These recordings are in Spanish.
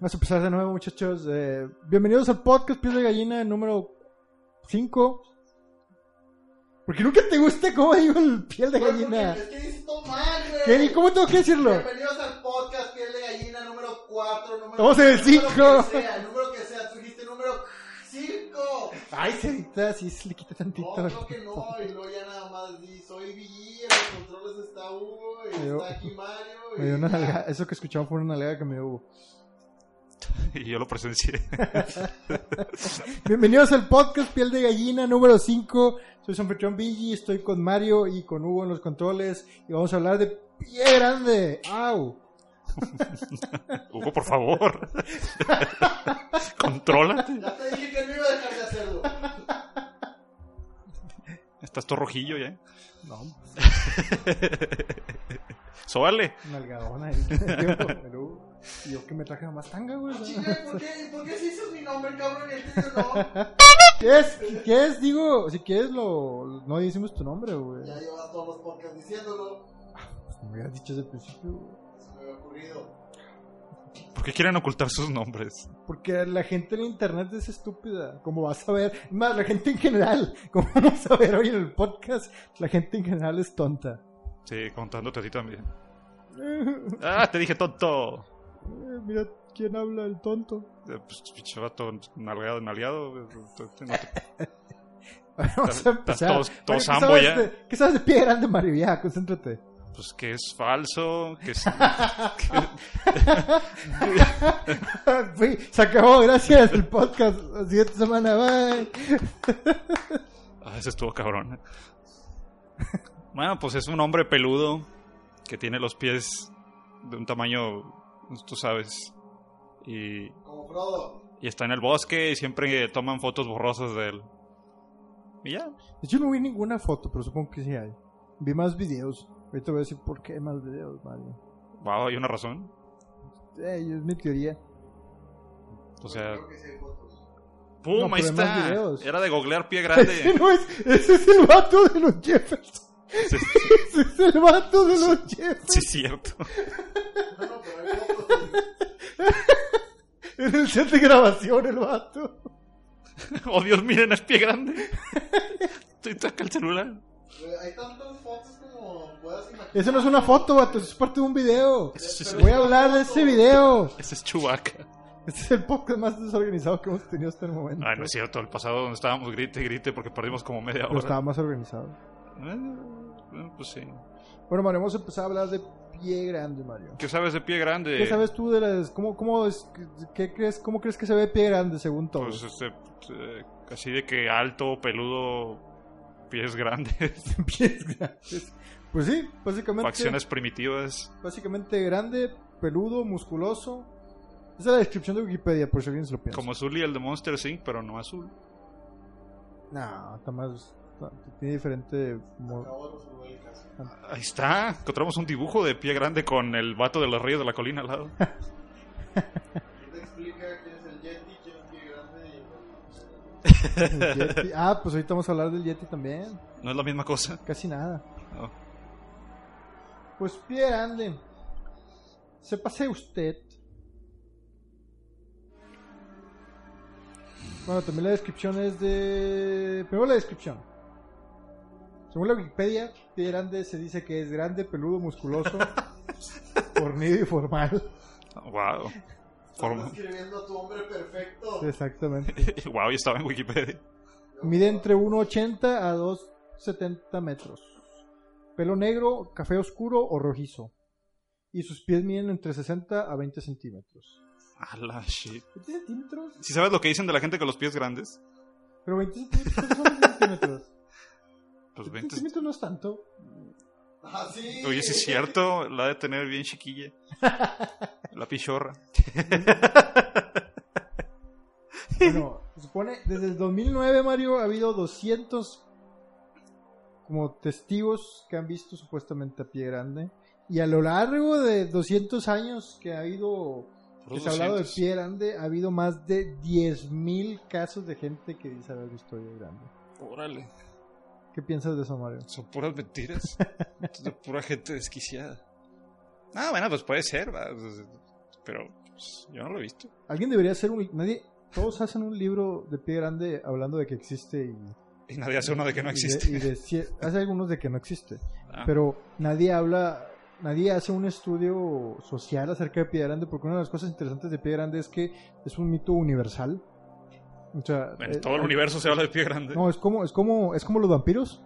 Vamos a empezar de nuevo, muchachos. Eh, bienvenidos al podcast Pies de Gallina número 5. Porque nunca te gusta cómo digo el piel de gallina. Es que dices todo mal, güey. ¿Qué? ¿Cómo tengo que decirlo? Bienvenidos al podcast Piel de Gallina número 4. Número Estamos en el Número cinco. que sea, número que sea. Tú dijiste número 5. Ay, se edita, sí, se le quita No, tantito. creo que no. Y luego ya nada más di, soy Billy, en los controles está Hugo, y Me dio- está aquí Mario. y Me dio una ya. nalga- Eso que escuchaba fue una nalga que me hubo. Y yo lo presencié. Bienvenidos al podcast Piel de Gallina número 5. Soy Sanfetrón Billy, estoy con Mario y con Hugo en los controles. Y vamos a hablar de pie grande. ¡Au! Hugo, por favor. Contrólate. Ya te dije que no iba a dejar de hacerlo. Estás todo rojillo ya. ¿eh? No, Sóbale. nalgadona. ahí. Yo, pero yo que me traje nomás tanga, güey. Chinga, ¿por qué, ¿por qué si dices mi nombre, cabrón? Y el tuyo no. ¿Qué es? ¿Qué es? Digo, si quieres lo... No decimos tu nombre, güey. Ya llevas todos los podcasts diciéndolo. Me hubieras dicho desde el principio, güey. Se me había ocurrido. ¿Por qué quieren ocultar sus nombres? Porque la gente en internet es estúpida, como vas a ver, más la gente en general, como vamos a ver hoy en el podcast, la gente en general es tonta. Sí, contándote a ti también. Eh, ¡Ah, te dije tonto! mira quién habla el tonto. Eh, Pues, pinche vato, nalgado, nalgado. No te- Vamos a empezar. todos- todos ¿qué ambo sabes ya. de- ¿Qué sabes de pie grande, Mario? Ya, concéntrate. Pues que es falso, que es... Fui, se acabó, gracias, el podcast. La siguiente semana, bye. Ah, ese estuvo cabrón. Bueno, pues es un hombre peludo que tiene los pies de un tamaño, pues, tú sabes. Y, Como Frodo. y está en el bosque y siempre toman fotos borrosas de él. Y ya. Yo no vi ninguna foto, pero supongo que sí hay. Vi más videos. Ahorita voy a decir por qué hay más videos, Mario. Wow, hay una razón. Eh, es mi teoría. O sea, Creo que sí hay fotos. ¡pum! No, pero hay ahí más está. videos. Era de googlear pie Ese grande. no es, ese es el vato de los Jefferson. Ese es el vato de los Jefferson. sí, es cierto. No, no, pero hay fotos. En el set de grabación, el vato. Oh, Dios, miren, es pie grande. Estoy acá el celular. Güey, Hay tantas fotos como puedas imaginar. Eso no es una foto, vato, eso es parte de un video. Ese es, Voy a hablar de ese video. ese es Chewbacca. Este es el podcast más desorganizado que hemos tenido hasta el momento. Ay, no es cierto. El pasado donde estábamos grite, grite porque perdimos como media Pero hora. estaba más organizado. Eh, pues sí. Bueno, Mario, vamos a empezar a hablar de pie grande, Mario. ¿Qué sabes de pie grande? ¿Qué sabes tú de las... cómo, cómo, es, qué crees, ¿Cómo crees que se ve pie grande según Pues todos? este, eh, así de que alto, peludo, pies grandes, Pies grandes. Pues sí, básicamente... facciones primitivas. Básicamente grande, peludo, musculoso. Esa es la descripción de Wikipedia, por si alguien se lo piensa. Como Zully, el de Monster Inc., pero no azul. No, está más... está- tiene diferente... mo- Acabo de resolver el caso. Ahí está. Encontramos un dibujo de pie grande con el vato de los reyes de la colina al lado. ¿Quién te explica quién es el Yeti, quién es pie grande y el el Yeti. Ah, pues ahorita vamos a hablar del Yeti también. No es la misma cosa. Casi nada. No. Pues pie grande. Sépase usted. Bueno, también la descripción es de. Primero la descripción. Según la Wikipedia, pie grande se dice que es grande, peludo, musculoso, fornido y formal. Wow. Estás escribiendo a tu hombre perfecto. Exactamente. wow, yo estaba en Wikipedia. Mide entre 1,80 a 2,70 metros. Pelo negro, café oscuro o rojizo. Y sus pies miden entre 60 a 20 centímetros. A la shit. ¿20 centímetros? ¿Sí sabes lo que dicen de la gente con los pies grandes? Pero 20 centímetros no son 20 centímetros. Pues 20 20. centímetros no es tanto. Ah, sí. Oye, sí es cierto. La ha de tener bien chiquilla. La pichorra. Bueno, se supone, desde el 2009, Mario, ha habido 200 como testigos que han visto supuestamente a pie grande. Y a lo largo de 200 años que ha habido que se ha hablado de 200. pie grande, ha habido más de 10.000 casos de gente que dice haber visto pie grande. Órale. ¿Qué piensas de eso, Mario? Son puras mentiras. de pura gente desquiciada. Ah, bueno, pues puede ser. va, pues, Pero Pues, yo no lo he visto. Alguien debería hacer un... Nadie... Todos hacen un libro de pie grande hablando de que existe y... Y nadie hace uno de que no y de- existe. y de cie- hace algunos de que no existe. Ah, Pero nadie habla, nadie hace un estudio social acerca de Pie Grande, porque una de las cosas interesantes de Pie Grande es que es un mito universal. O sea, en eh, todo el eh, universo se habla de pie grande. No, es como, es como, es como los vampiros.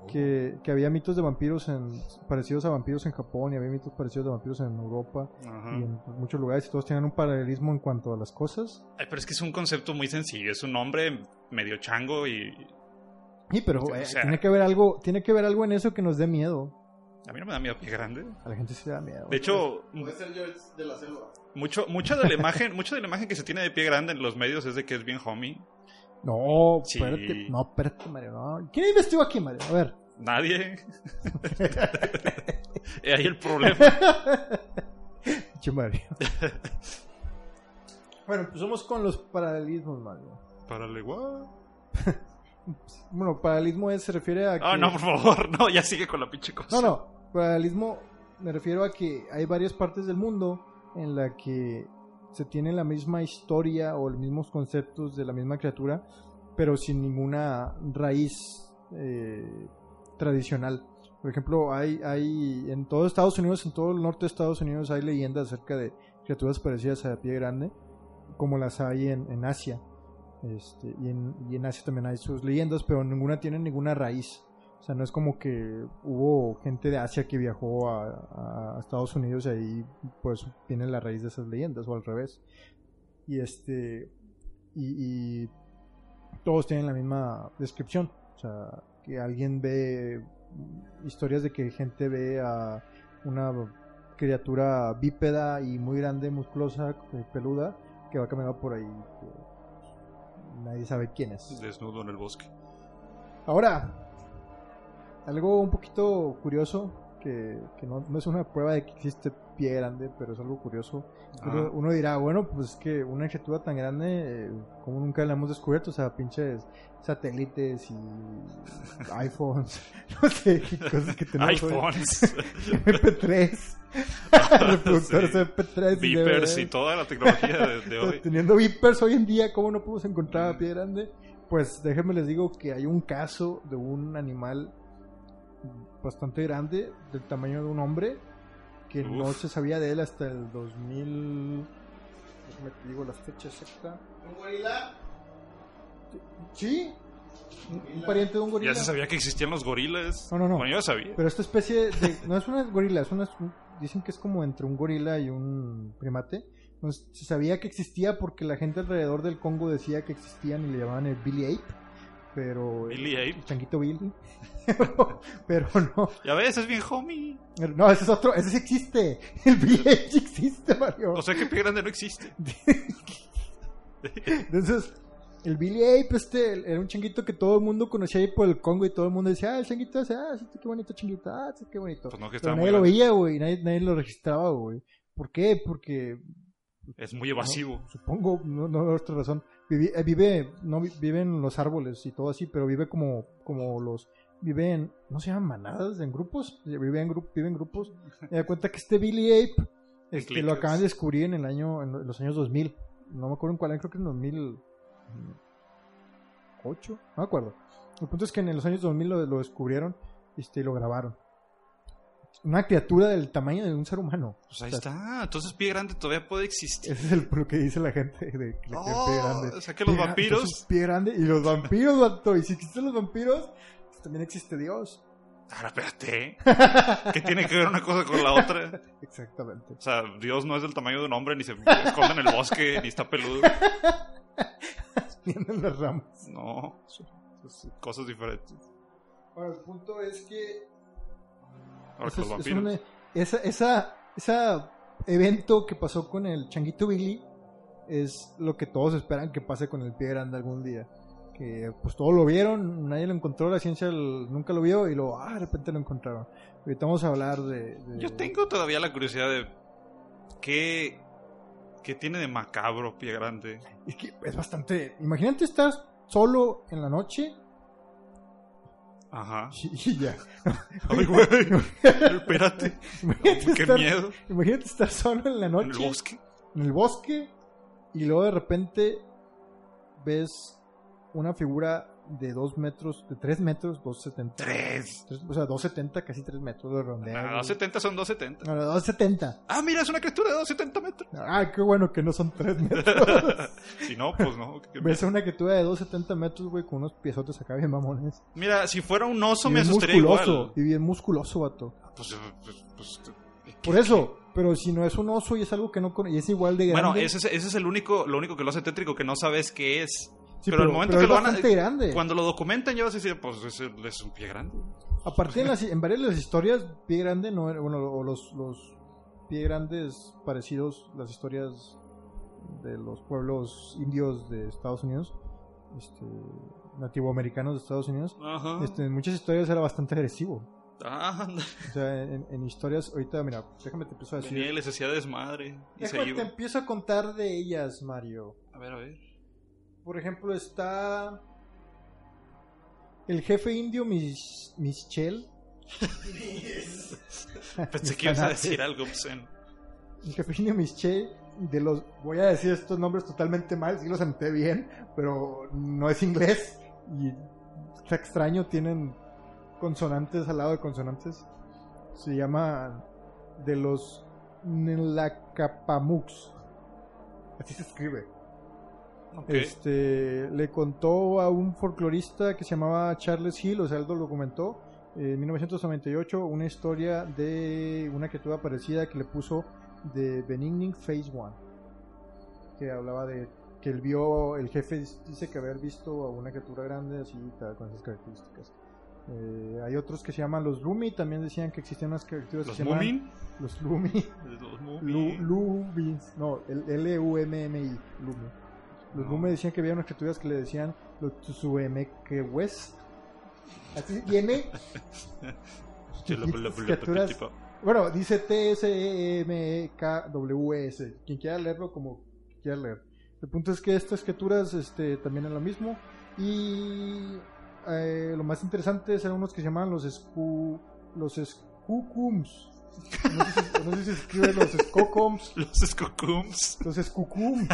Oh. Que, que había mitos de vampiros en, parecidos a vampiros en Japón y había mitos parecidos de vampiros en Europa Ajá. y en muchos lugares y todos tienen un paralelismo en cuanto a las cosas. Ay, pero es que es un concepto muy sencillo. Es un hombre medio chango y. Sí, pero O eh, sea- tiene que haber algo, tiene que haber algo en eso que nos dé miedo. A mí no me da miedo pie grande. A la gente se da miedo. De hecho, Puede ser George de la selva. mucho, mucho de la imagen, mucho de la imagen que se tiene de pie grande en los medios es de que es bien homie. No, Sí. espérate, no, espérate, Mario, no. ¿Quién investigó aquí, Mario? A ver. Nadie. He ahí el problema. Che, Mario. bueno, empezamos con los paralelismos, Mario. Para Bueno, paralelismo es- se refiere a que... Ah, no, por favor, no, ya sigue con la pinche cosa. no, no, paralelismo me refiero a que hay varias partes del mundo en la que se tiene la misma historia o los mismos conceptos de la misma criatura, pero sin ninguna raíz eh, tradicional. Por ejemplo, hay, hay en todo Estados Unidos, en todo el norte de Estados Unidos, hay leyendas acerca de criaturas parecidas a pie grande, como las hay en, en Asia. Este, y, en, y en Asia también hay sus leyendas, pero ninguna tiene ninguna raíz. O sea, no es como que hubo gente de Asia que viajó a, a Estados Unidos y ahí pues tiene la raíz de esas leyendas o al revés. Y este y, y todos tienen la misma descripción. O sea, que alguien ve mm, historias de que gente ve a una criatura bípeda y muy grande, musculosa, eh, peluda, que va caminando por ahí. que nadie sabe quién es. Desnudo en el bosque. Ahora, algo un poquito curioso, que, que no, no es una prueba de que existe pie grande, pero es algo curioso. Uno, Ah, uno dirá, bueno, pues que una criatura tan grande, eh, como nunca la hemos descubierto, o sea, pinches satélites y iPhones, no sé, qué cosas que tenemos hoy. iPhones, MP3, reproductores Sí. MP3, y beepers y DVDs. toda la tecnología de, de hoy. Teniendo vipers hoy en día, ¿cómo no podemos encontrar a Mm. pie grande? Pues déjenme les digo que hay un caso de un animal bastante grande, del tamaño de un hombre, que no Uf. se sabía de él hasta el 2000. Déjame te digo la fecha exacta. Un gorila. Sí, un, un pariente de un gorila. Ya se sabía que existían los gorilas. No, no, no. Bueno, yo ya sabía. Pero esta especie de, no es una gorila, es una, dicen que es como entre un gorila y un primate. Entonces, se sabía que existía porque la gente alrededor del Congo decía que existían y le llamaban el Billy Ape, pero Billy Ape. el changuito Billy. pero no, Ya ves, es bien homie. no, ese es otro, ese sí existe. El Billy Ape sí existe, Mario. O sea que pie grande no existe. Entonces, el Billy Ape, este, el- era un changuito que todo el mundo conocía ahí por el Congo y todo el mundo decía, ah, el changuito ese, ah, sí, qué bonito changuito, ah, sí, qué bonito. Pues no, que Pero estaba muy nadie lo grande. veía, güey, nadie, nadie lo registraba, güey. ¿Por qué? Porque, Es muy evasivo. supongo, no, no hay otra razón, vive, eh, vive, no vi- vive en los árboles y todo así, pero vive como, como los, vive en, ¿no se llaman manadas? ¿En grupos? Vive en, gru- vive en grupos. Me da cuenta que este Billy Ape, este, lo clickers. acaban de descubrir en el año, en lo- en los años 2000, no me acuerdo en cuál, año, creo que en 2008, no me acuerdo. El punto es que en los años 2000 lo, lo descubrieron este, y lo grabaron. Una criatura del tamaño de un ser humano. Pues ahí está. Entonces pie grande todavía puede existir. Ese es el, lo que dice la gente de que la gente Oh, grande. o sea que los Pie gra- vampiros. entonces, pie grande. Y los vampiros, vato. Y si existen los vampiros, pues también existe Dios. Ahora Ah, espérate. ¿Qué tiene que ver una cosa con la otra? Exactamente. O sea, Dios no es del tamaño de un hombre, ni se esconde en el bosque, ni está peludo. Vienen las ramas. No, es cosas diferentes. Bueno, el punto es que Eso Ahora que los es- es vampiros. una- esa, esa, esa evento que pasó con el Changuito Billy es lo que todos esperan que pase con el pie grande algún día. Que pues todos lo vieron, nadie lo encontró, la ciencia l- nunca lo vio y luego ah, de repente lo encontraron. Ahorita vamos a hablar de. de- Yo tengo todavía la curiosidad de qué, qué tiene de macabro pie grande. Es que es bastante. Imagínate estar solo en la noche Ajá. y, y ya. Ay, güey. Espérate. Imagínate, Qué estar, miedo. imagínate estar solo en la En el noche bosque. en el bosque y luego de repente ves una figura de 2 metros, de 3 metros, 2,70. Tres. Tres- O sea, 2,70, casi 3 metros de rondeo. Ah, 270 son 270. No, no, 2,70. Ah, mira, es una criatura de 270 metros. Ah, qué bueno que no son 3 metros. si no, pues no. que- Ves a una criatura de 2,70 metros, güey, con unos piezotes acá bien mamones. Mira, si fuera un oso Y me bien asustaría musculoso, igual. Y bien musculoso, vato. Pues, eh, pues, pues, eh, Por eso, pero si no es un oso y es algo que no conoce, y es igual de grande. Bueno, ese es, ese es el único, lo único que lo hace tétrico, que no sabes qué es. Sí, pero al momento que es lo van a- bastante grande. Cuando lo documentan ya vas a decir, pues es, es un pie grande. Aparte, en, las- en varias de las historias, Pie Grande no era. Bueno, o los, los Pie Grandes parecidos, las historias de los pueblos indios de Estados Unidos, este, nativoamericanos de Estados Unidos, Ajá. este, en muchas historias era bastante agresivo. Ah, anda. O sea, en, en historias, ahorita, mira, déjame te empiezo a decir. Venía y les hacía desmadre. Y se Déjame te iba. empiezo a contar de ellas, Mario. A ver, a ver. Por ejemplo, está. El jefe indio Mis, Michel. Pensé que ibas a decir algo pues, obsceno. El jefe indio Michel. De los. Voy a decir estos nombres totalmente mal, sí los anoté bien, pero no es inglés. Y está extraño, tienen consonantes al lado de consonantes. Se llama. De los. Nlacapamux. Así se escribe. Ok. Este, le contó a un folclorista que se llamaba Charles Hill, o sea, él lo comentó, en 1998, una historia de una criatura parecida que le puso de Benigning Phase One, que hablaba de que él vio, el jefe dice que haber visto a una criatura grande así, tal, con esas características. Eh, hay otros que se llaman los Lumi, también decían que existían unas criaturas Los que se llaman Moomin. los Lumi. Los Lu- Moomin. Lumins, no, el L-U-M-M-I, Lumi. Los No. Lumi decían que había unas criaturas que le decían los Tsuemequehues. Así viene. criaturas- Bueno, dice E T-S-E-M-E-K-W-S. Quien quiera leerlo, como quiera leer. El punto es que estas criaturas este, también es lo mismo. Y eh, lo más interesante eran unos que se llamaban los escu, los escucums. No sé si, no sé si se escribe los escocums. Los Skokums. Los escucums.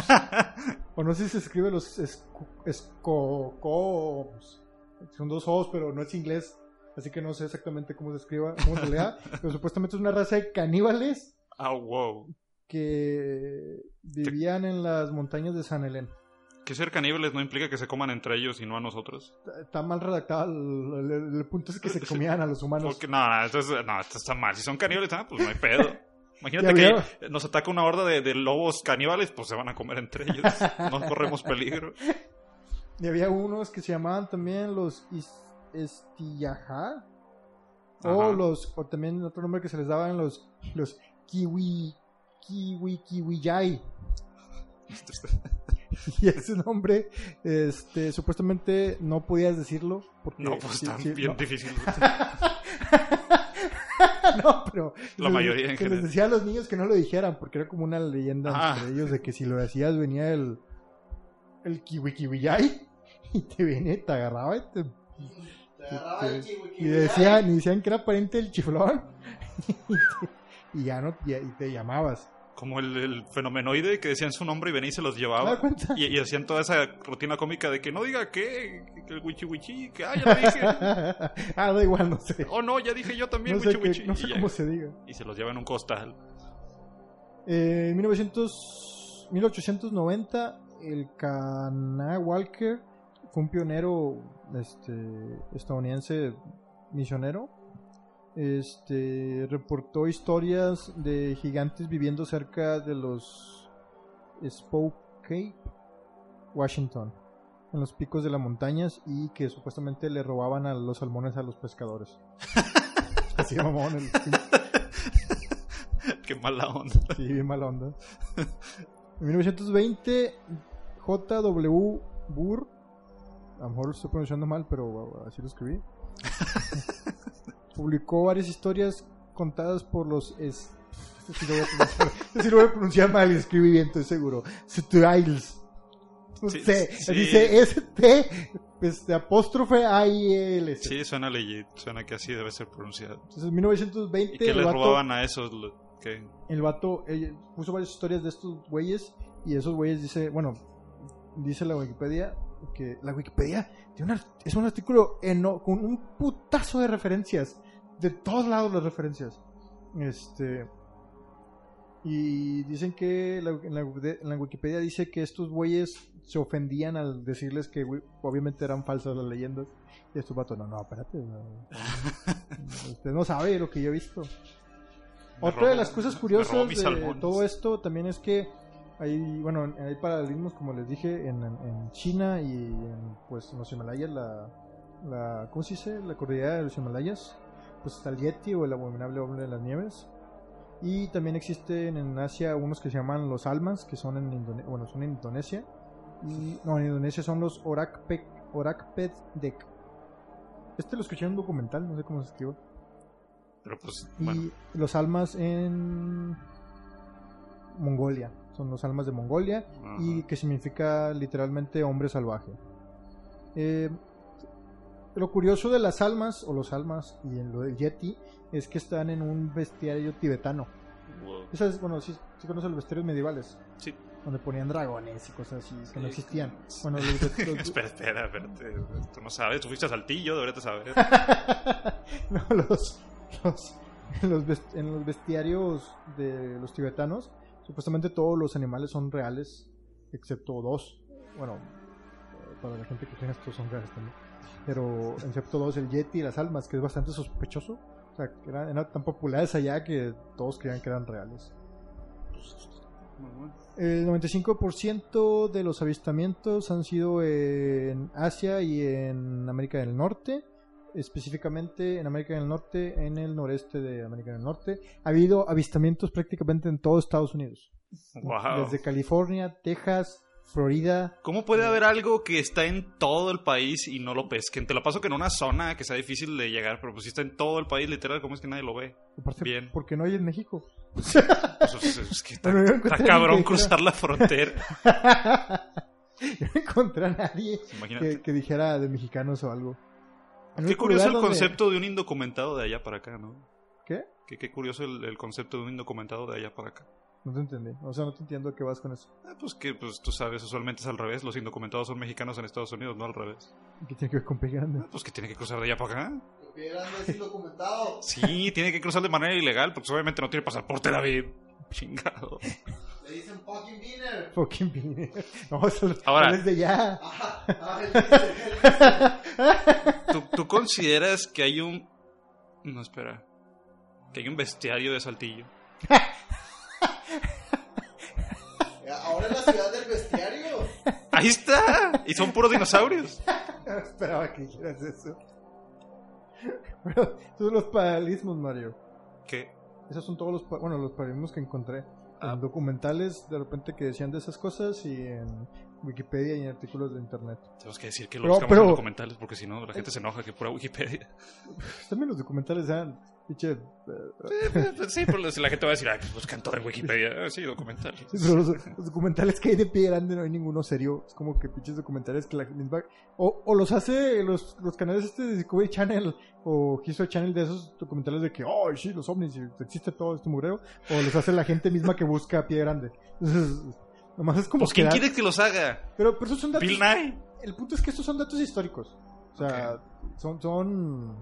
o no sé si se escribe los escu- escocoms. Son dos O's, pero no es inglés. Así que no sé exactamente cómo se escriba, cómo se lea. pero supuestamente es una raza de caníbales Ah, wow. que vivían en las montañas de San Helén. Que ser caníbales no implica que se coman entre ellos y no a nosotros. Está- Está mal redactado. El, el- el punto es que se comían a los humanos. Porque, no, no, esto, es- no, esto está mal. Si son caníbales, ah, pues no hay pedo. Imagínate Ya veo. que nos ataca una horda de, de lobos caníbales, pues se van a comer entre ellos. No corremos peligro. Y había unos que se llamaban también los is- Estillajá. O Ajá. los, o también otro nombre que se les daban los, los kiwi, kiwi, kiwiyay. Y ese nombre, este, supuestamente no podías decirlo. Porque No, pues sí, están sí, bien no. difícil. No, pero. La les- mayoría en que les general. decía a los niños que no lo dijeran, porque era como una leyenda Ah. entre ellos de que si lo decías venía el. el kiwi kiwiyay. Y te venía y te agarraba y te Te agarraba el kiwi, Y kiwi, decían, y decían que era pariente del chiflón. y ya no y, y te llamabas. Como el, el fenomenoide que decían su nombre y venía y se los ¿Te das llevaba. cuenta? Y, y hacían toda esa rutina cómica de que no diga que, que el wichi wichi, que ah, ya lo dije. ah, da igual, no sé. oh no, ya dije yo también No sé, wichi qué- wichi. no y, sé ya- cómo se diga. y se los llevan en un costal. Eh, en 1900, 1890, el Cana Walker fue un pionero este, estadounidense misionero. Este reportó historias de gigantes viviendo cerca de los Spokane, Washington, en los picos de las montañas y que supuestamente le robaban a los salmones a los pescadores. Así mamón, el pinche Qué mala onda. Sí, bien mala onda. En 1920, J.W. Burr, a lo mejor lo estoy pronunciando mal, pero así lo escribí, publicó varias historias contadas por los... Es... Este sí lo voy a pronunciar, este sí lo voy a pronunciar mal y escribí bien, estoy seguro. Stiles. No Sí, sé, sí. dice S-T, este, apóstrofe A-I-L-S. Sí, suena legit, suena que así debe ser pronunciado. Entonces, en 1920... ¿Y qué el les vato- robaban a esos? lo- que El vato eh, puso varias historias de estos güeyes y esos güeyes dice, bueno, dice la Wikipedia que la Wikipedia tiene un ar- es un artículo eno- con un putazo de referencias, de todos lados las referencias. Este y dicen que la- en, la, Wikide- en la Wikipedia dice que estos güeyes se ofendían al decirles que güey, obviamente eran falsas las leyendas. Y estos vatos, no, no, espérate. no. usted no sabe lo que yo he visto. Me Otra robó- de las cosas me curiosas robó mis de salmones. todo esto también es que hay, bueno, hay paralelismos, como les dije, en, en- en China y en, pues, en los Himalayas, la, la, ¿cómo se dice? La cordillera de los Himalayas, pues está el Yeti o el abominable hombre de las nieves. Y también existen en Asia unos que se llaman los almas, que son en, Indone- bueno, son en Indonesia. Y, no, en Indonesia son los Orakpek, Orakpedek. Este lo escuché en un documental, no sé cómo se escribe. pero pues Y bueno, los almas en Mongolia. Son los almas de Mongolia ajá. y que significa literalmente hombre salvaje. Eh, lo curioso de las almas, o los almas y en lo del Yeti, es que están en un bestiario tibetano. Wow. Esas, bueno, si conoces los bestiarios medievales, Sí. donde ponían dragones y cosas así que no Sí. existían. Bueno, los- los- espera, espera, espérate. Tú no sabes, tú fuiste a Saltillo, deberías de saber. no, los, los- en, los bes- en los bestiarios de los tibetanos, supuestamente todos los animales son reales, excepto dos. Bueno, eh, para la gente que tiene estos son reales también. Pero excepto dos, el yeti y las almas, que es bastante sospechoso. O sea, que eran, eran tan populares allá que todos creían que eran reales. El 95% de los avistamientos han sido en Asia y en América del Norte, específicamente en América del Norte, en el noreste de América del Norte. Ha habido avistamientos prácticamente en todo Estados Unidos, Wow. desde California, Texas, Florida. ¿Cómo puede haber algo que está en todo el país y no lo pesquen? Te lo paso que en una zona que sea difícil de llegar, pero pues si está en todo el país, literal, ¿cómo es que nadie lo ve? Aparte, Bien. ¿Por qué no hay en México? Pues, es, es que está, Pero yo está encontré cabrón que- cruzar la frontera. Yo no encontré a nadie Imagínate. que, que dijera de mexicanos o algo. El Qué único curioso el lugar donde- concepto de un indocumentado de allá para acá, ¿no? ¿Qué? Que qué curioso el, el concepto de un indocumentado de allá para acá. No te entendí. O sea, no te entiendo a qué vas con eso. Ah, pues que pues, tú sabes, usualmente es al revés. Los indocumentados son mexicanos en Estados Unidos, no al revés. ¿Qué tiene que ver con Pie Grande? Ah, pues que tiene que cruzar de allá para acá. Porque eran así documentados. Sí, tiene que cruzar de manera ilegal, porque obviamente no tiene pasaporte, David. Chingado. Le dicen fucking dinner. Fucking vine. No, eso lo- Ahora. desde ya. Ah, ah, él dice, él dice. ¿Tú, tú consideras que hay un. No, espera. Que hay un bestiario de Saltillo. Ahora es la ciudad del bestiario. ¡Ahí está! Y son puros dinosaurios. No esperaba que dijeras eso. Bueno, son los paralismos, Mario. ¿Qué? Esos son todos los, pa- bueno, los paralismos que encontré. Ah. En documentales, de repente, que decían de esas cosas y en Wikipedia y en artículos de internet. Tenemos que decir que lo Pero- buscamos pero- en documentales, porque si no, la gente se enoja que pura Wikipedia. Pues también los documentales eran, pinche, eh, Sí, pero la gente va a decir, ay, pues buscan todo en Wikipedia. Ah, Sí, documentales. sí, pero los, los documentales que hay de pie grande no hay ninguno serio. Es como que pinches documentales que la misma- O, o los hace los, los canales este de Discovery Channel o History Channel de esos documentales de que, oh, sí, los ovnis, y existe todo este mureo. O los hace la gente misma que busca a pie grande. Entonces, nomás es como Pues ¿quién quedar- quiere que los haga? Pero, pero esos son datos. ¿Bill Nye? El punto es que estos son datos históricos. O sea, son, son.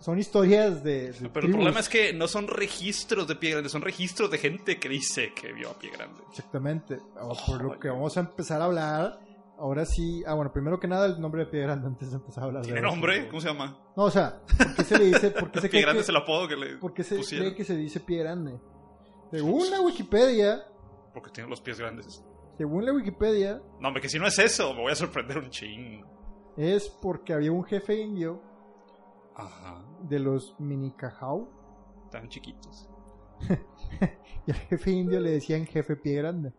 Son historias de. de Ah, Pero el tribus. problema es que no son registros de pie grande, son registros de gente que dice que vio a pie grande. Exactamente. O por lo que vamos a empezar a hablar. Ahora sí. Ah, bueno, primero que nada, el nombre de Pie Grande antes de empezar a hablar. de ¿Tiene eso. nombre? ¿Cómo se llama? No, o sea, ¿por qué se le dice. ¿Por qué se, Pie cree grande que, es el apodo que le por qué se pusieron. cree que se dice Pie Grande? Según la Wikipedia. Porque tiene los pies grandes. Según la Wikipedia, No, hombre, que si no es eso, me voy a sorprender un ching. es porque había un jefe indio Ajá. de los Minicajau. Tan chiquitos. Y al jefe indio le decían jefe Pie Grande.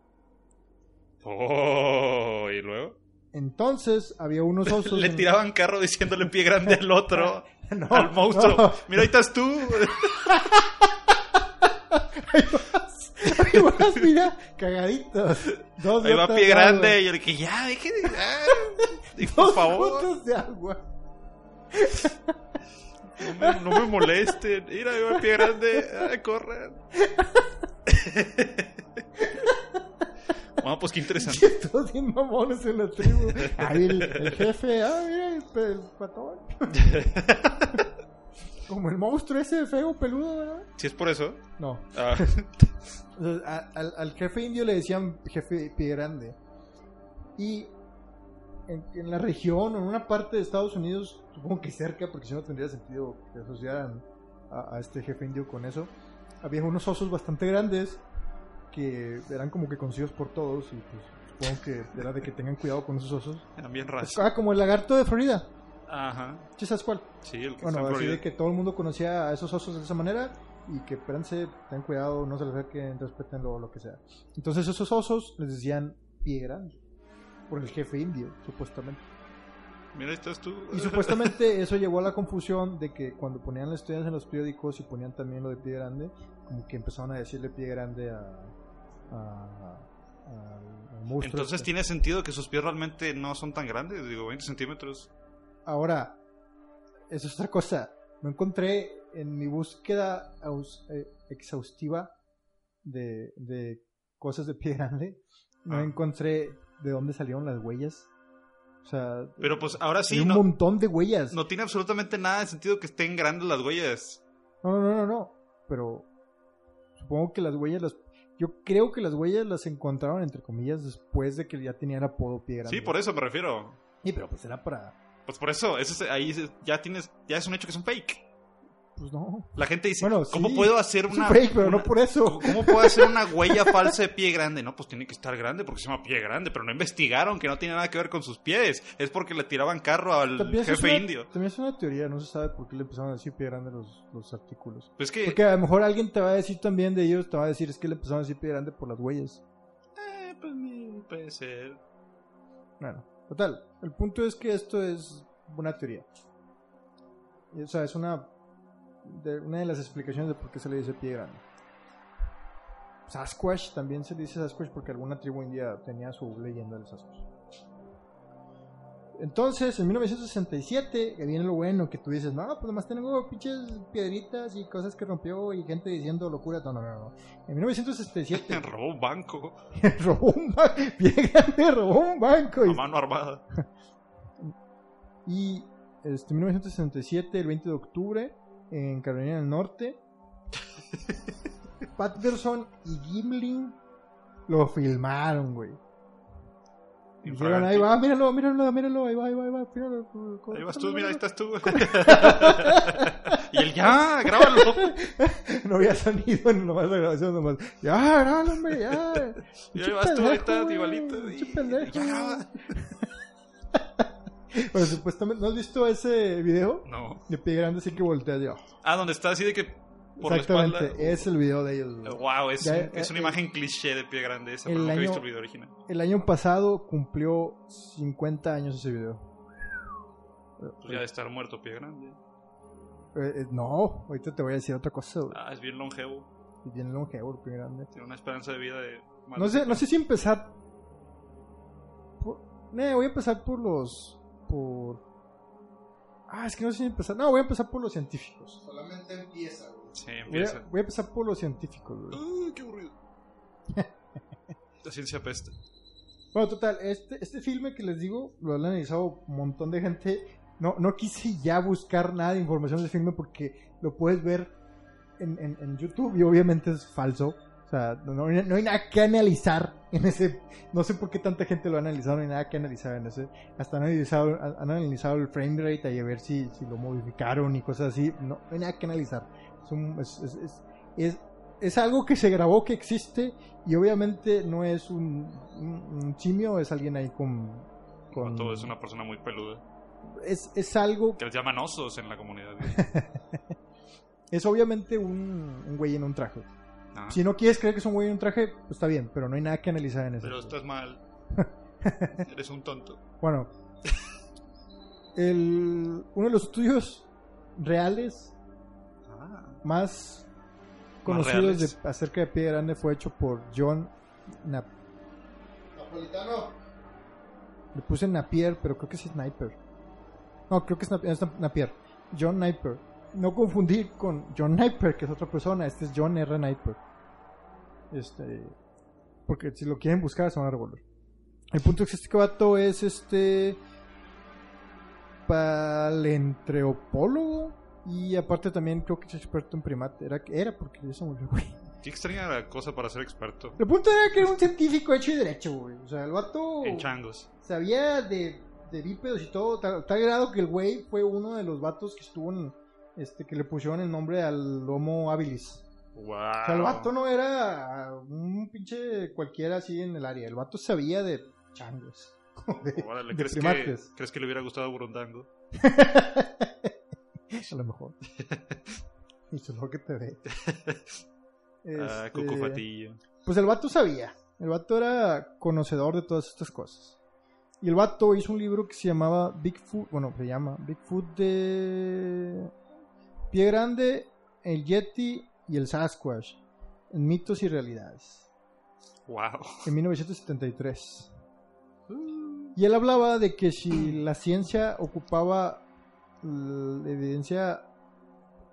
Oh, y luego. Entonces había unos osos. Le en- tiraban carro diciéndole pie grande al otro, No, al monstruo. no. Mira, ahí estás tú. Ahí vas, mira, cagaditos. Dos Ahí va gotas pie de grande. Y yo le dije, ya, deje de. ah, agua. por Dos favor. gotas de agua. No me, no me molesten. Mira, hay una pie grande. Ay, corran. Bueno, pues qué interesante. Todos bien mamones en la tribu. Ahí el, el jefe, ah, mira, el, pe- el patón. Como el monstruo ese feo, peludo, ¿verdad? Si es por eso. No. ah, Entonces, a- al, al jefe indio le decían jefe pie grande. Y en, en la región o en una parte de Estados Unidos, supongo que cerca, porque si no tendría sentido que asociaran a, a este jefe indio con eso, había unos osos bastante grandes que eran como que conocidos por todos y pues supongo que era de que tengan cuidado con esos osos. eran bien raros. Ah, como el lagarto de Florida. Ajá. ¿Sí sabes cuál? Sí, el que Bueno, está en así Florida. de que todo el mundo conocía a esos osos de esa manera y que espérense, tengan cuidado, no se les acerquen, respetenlo o lo que sea. Entonces esos osos les decían pie grande por el jefe indio, supuestamente. Mira, estás tú. Y supuestamente eso llevó a la confusión de que cuando ponían las estudiantes en los periódicos y ponían también lo de pie grande, como que empezaron a decirle pie grande a, a- al- al monstruo. Entonces este. tiene sentido que sus pies realmente no son tan grandes, digo, 20 centímetros. Ahora, eso es otra cosa. No encontré en mi búsqueda aus- eh, exhaustiva de, de cosas de pie grande, no Ah. encontré de dónde salieron las huellas. O sea, Pero pues ahora hay sí, un no, montón de huellas. No. no tiene absolutamente nada de sentido que estén grandes las huellas. no, no, no, no. Pero supongo que las huellas las... Yo creo que las huellas las encontraron, entre comillas, después de que ya tenían apodo pie grande. Sí, por eso me refiero. Sí, pero pues era para... Pues por eso, eso es- ahí es- ya tienes, ya es un hecho que es un fake. Pues no. La gente dice, Bueno, ¿cómo sí, puedo hacer Es un una, fake, pero una- no por eso. ¿cómo- ¿Cómo puedo hacer una huella falsa de pie grande? No, pues tiene que estar grande porque se llama pie grande, pero no investigaron que no tiene nada que ver con sus pies. Es porque le tiraban carro al También eso es jefe una- indio. También es una teoría, no se sabe por qué le empezaron a decir pie grande los, los artículos. Pues que, Porque a lo mejor alguien te va a decir también de ellos, te va a decir es que le empezaron a decir pie grande por las huellas. eh, pues ni puede ser. Bueno, total. El punto es que esto es una teoría. Y, O sea, es una de, una de las explicaciones de por qué se le dice pie grande. Sasquatch también se le dice Sasquatch porque alguna tribu india tenía su leyenda del Sasquatch. Entonces, en 1967, que viene lo bueno, que tú dices, no, pues nomás tengo pinches piedritas y cosas que rompió y gente diciendo locura. No, no, no, no. En 1967 Robó un banco robó un banco, bien grande, robó un banco. a Y mano armada. Y este, 1967, el 20 de octubre, en Carolina del Norte, Patterson y Gimlin lo filmaron, güey. Y Dijeron, ahí va, míralo, míralo, míralo, ahí va, ahí va, ahí va, míralo. Ahí vas tú, mira, ahí estás tú. y él, ya, grábalo. No había sonido en nomás la grabación, nomás. Ya, grábalo, hombre, ya. Y ahí Pinche vas tú, ahí pendejo, estás, güey, igualito. pinche Y- pendejo. Ya graba. Pero supuestamente, ¿no has visto ese video? No. De pie grande, así que volteas, yo. Ah, donde está así de que por la espalda. Uh, Exactamente, es el video de ellos, güey. Wow, es, Ya, un- eh, es una eh, imagen cliché de pie grande esa, el pero nunca he año- visto el video original. Pues El año pasado cumplió 50 años ese video. Pues ya de estar muerto pie grande. Eh, eh, no, ahorita te voy a decir otra cosa, güey. Ah, es bien longevo. Y Bien longevo, el pie grande. Tiene una esperanza de vida de... más No de sé, cinco no sé si empezar. por- Eh, voy a empezar por los. Por. Ah, es que no sé si empezar. No, voy a empezar por los científicos. Solamente empieza, güey. años. Sí, Voy empieza. a, voy a empezar por los científicos, güey. Ah, qué aburrido. la ciencia peste. Bueno, total, este, este filme que les digo lo han analizado un montón de gente. No, no quise ya buscar nada de información de ese filme porque lo puedes ver en, en- en YouTube y obviamente es falso. O sea, no, no hay- no hay nada que analizar en ese. No sé por qué tanta gente lo ha analizado, no hay nada que analizar en ese. Hasta han analizado, han- han analizado el frame rate ahí a ver si, si lo modificaron y cosas así. No, no hay nada que analizar. Es, un- es- es- es- es- es algo que se grabó, que existe y obviamente no es un, un- un chimio, es alguien ahí con. con- Como todo, es una persona muy peluda. es, es algo, Que les llaman osos en la comunidad. es obviamente un, un güey en un traje. Ah, Si no quieres creer que es un güey en un traje, pues está bien, pero no hay nada que analizar en eso. pero estás mal. Eres un tonto. Bueno, el, uno de los estudios reales Ah. más reales. conocidos de- acerca de Pie Grande fue hecho por John Nap Napolitano. Le puse Napier, pero creo que sí es Sniper. No, creo que es Nap- es Nap- Napier. John Napier. no confundir con John Kniper, que es otra persona. Este es John R. Kniper. Este. Porque si lo quieren buscar, son árboles. El punto es que este vato es este. Palentreopólogo. Y aparte también creo que es experto en primate. Era, era porque ya se murió, güey. Qué extraña la cosa para ser experto El punto era que era un científico hecho y derecho, güey. O sea, el vato en changos. sabía de, de bípedos y todo. Tal, tal grado que el güey fue uno de los vatos que estuvo en. Este, que le pusieron el nombre al Homo habilis. Wow. O sea, el vato no era un pinche cualquiera así en el área. El vato sabía de changos. Órale, de ¿crees, que, primates. ¿Crees que le hubiera gustado a Burundango? A lo mejor. y eso es lo que te ve. Ah, Este, Cucufatillo. Pues el vato sabía. El vato era conocedor de todas estas cosas. Y el vato hizo un libro que se llamaba Bigfoot. Bueno, se llama Bigfoot de. Pie Grande, el Yeti y el Sasquatch. En mitos y realidades. Wow. en 1973. Y él hablaba de que si la ciencia ocupaba la evidencia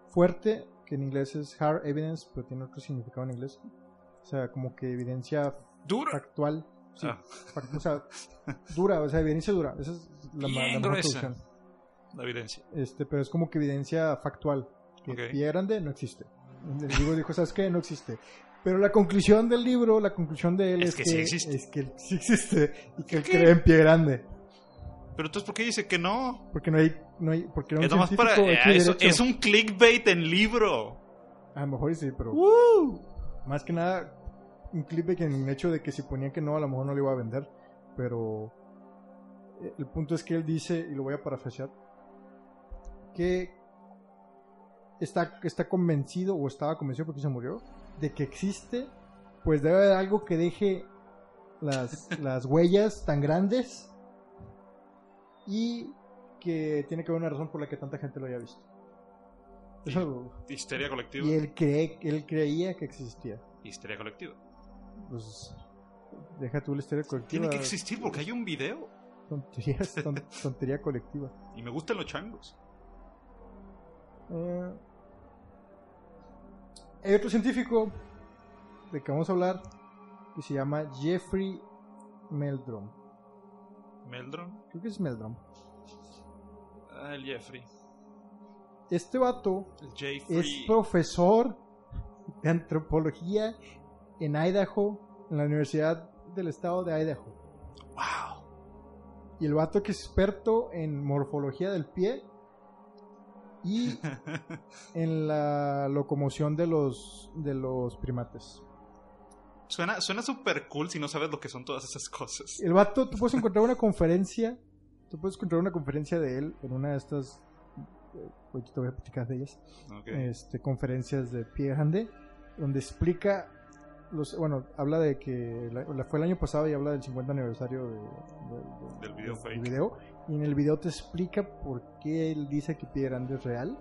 fuerte, que en inglés es hard evidence, pero tiene otro significado en inglés, o sea, como que evidencia Dura. factual, sí, Ah, fact- o sea, dura, o sea, evidencia dura, esa es la, ma- la Bien mejor gruesa. traducción. la evidencia. Este, pero es como que evidencia factual, que Ok. Pie Grande no existe. El libro dijo, ¿sabes qué? No existe. Pero la conclusión del libro, la conclusión de él Es es, que sí existe. es que sí existe y que él ¿Qué? cree en pie grande. Pero entonces, ¿por qué dice que no? Porque no hay, no hay, porque era un Es nomás científico para. hecho y ah, eso- derecho. es un clickbait en libro. A lo mejor sí, pero más que nada un clip que en el hecho de que si ponía que no, a lo mejor no le iba a vender. Pero eh, el punto es que él dice, y lo voy a parafrasear, que está, está convencido, o estaba convencido porque se murió, de que existe, pues debe haber algo que deje las, las huellas tan grandes y que tiene que haber una razón por la que tanta gente lo haya visto. Eso lo- Histeria colectiva. y él, cree, él creía que existía. Histeria colectiva. Pues deja tú la historia colectiva. Tiene que existir porque hay un video. Tonterías, ton- tontería colectiva. Y me gustan los changos. Eh, hay otro científico de que vamos a hablar que se llama Jeffrey Meldrum. Meldron. Creo que es Meldrum. Ah, el Jeffrey. Este vato El es Jeffrey. profesor de antropología en Idaho, en la Universidad del Estado de Idaho. Wow. Y el vato que es experto en morfología del pie y en la locomoción de los, de los primates. Suena súper cool si no sabes lo que son todas esas cosas. El vato, tú puedes encontrar una conferencia, tú puedes encontrar una conferencia de él en una de estas, eh, ahorita te voy a platicar de ellas, Ok. este, conferencias de pie grande, donde explica, los, bueno, habla de que la- la- fue el año pasado y habla del 50 aniversario de- de- de- Del video del fake. video, y en el video te explica por qué él dice que pie grande es real,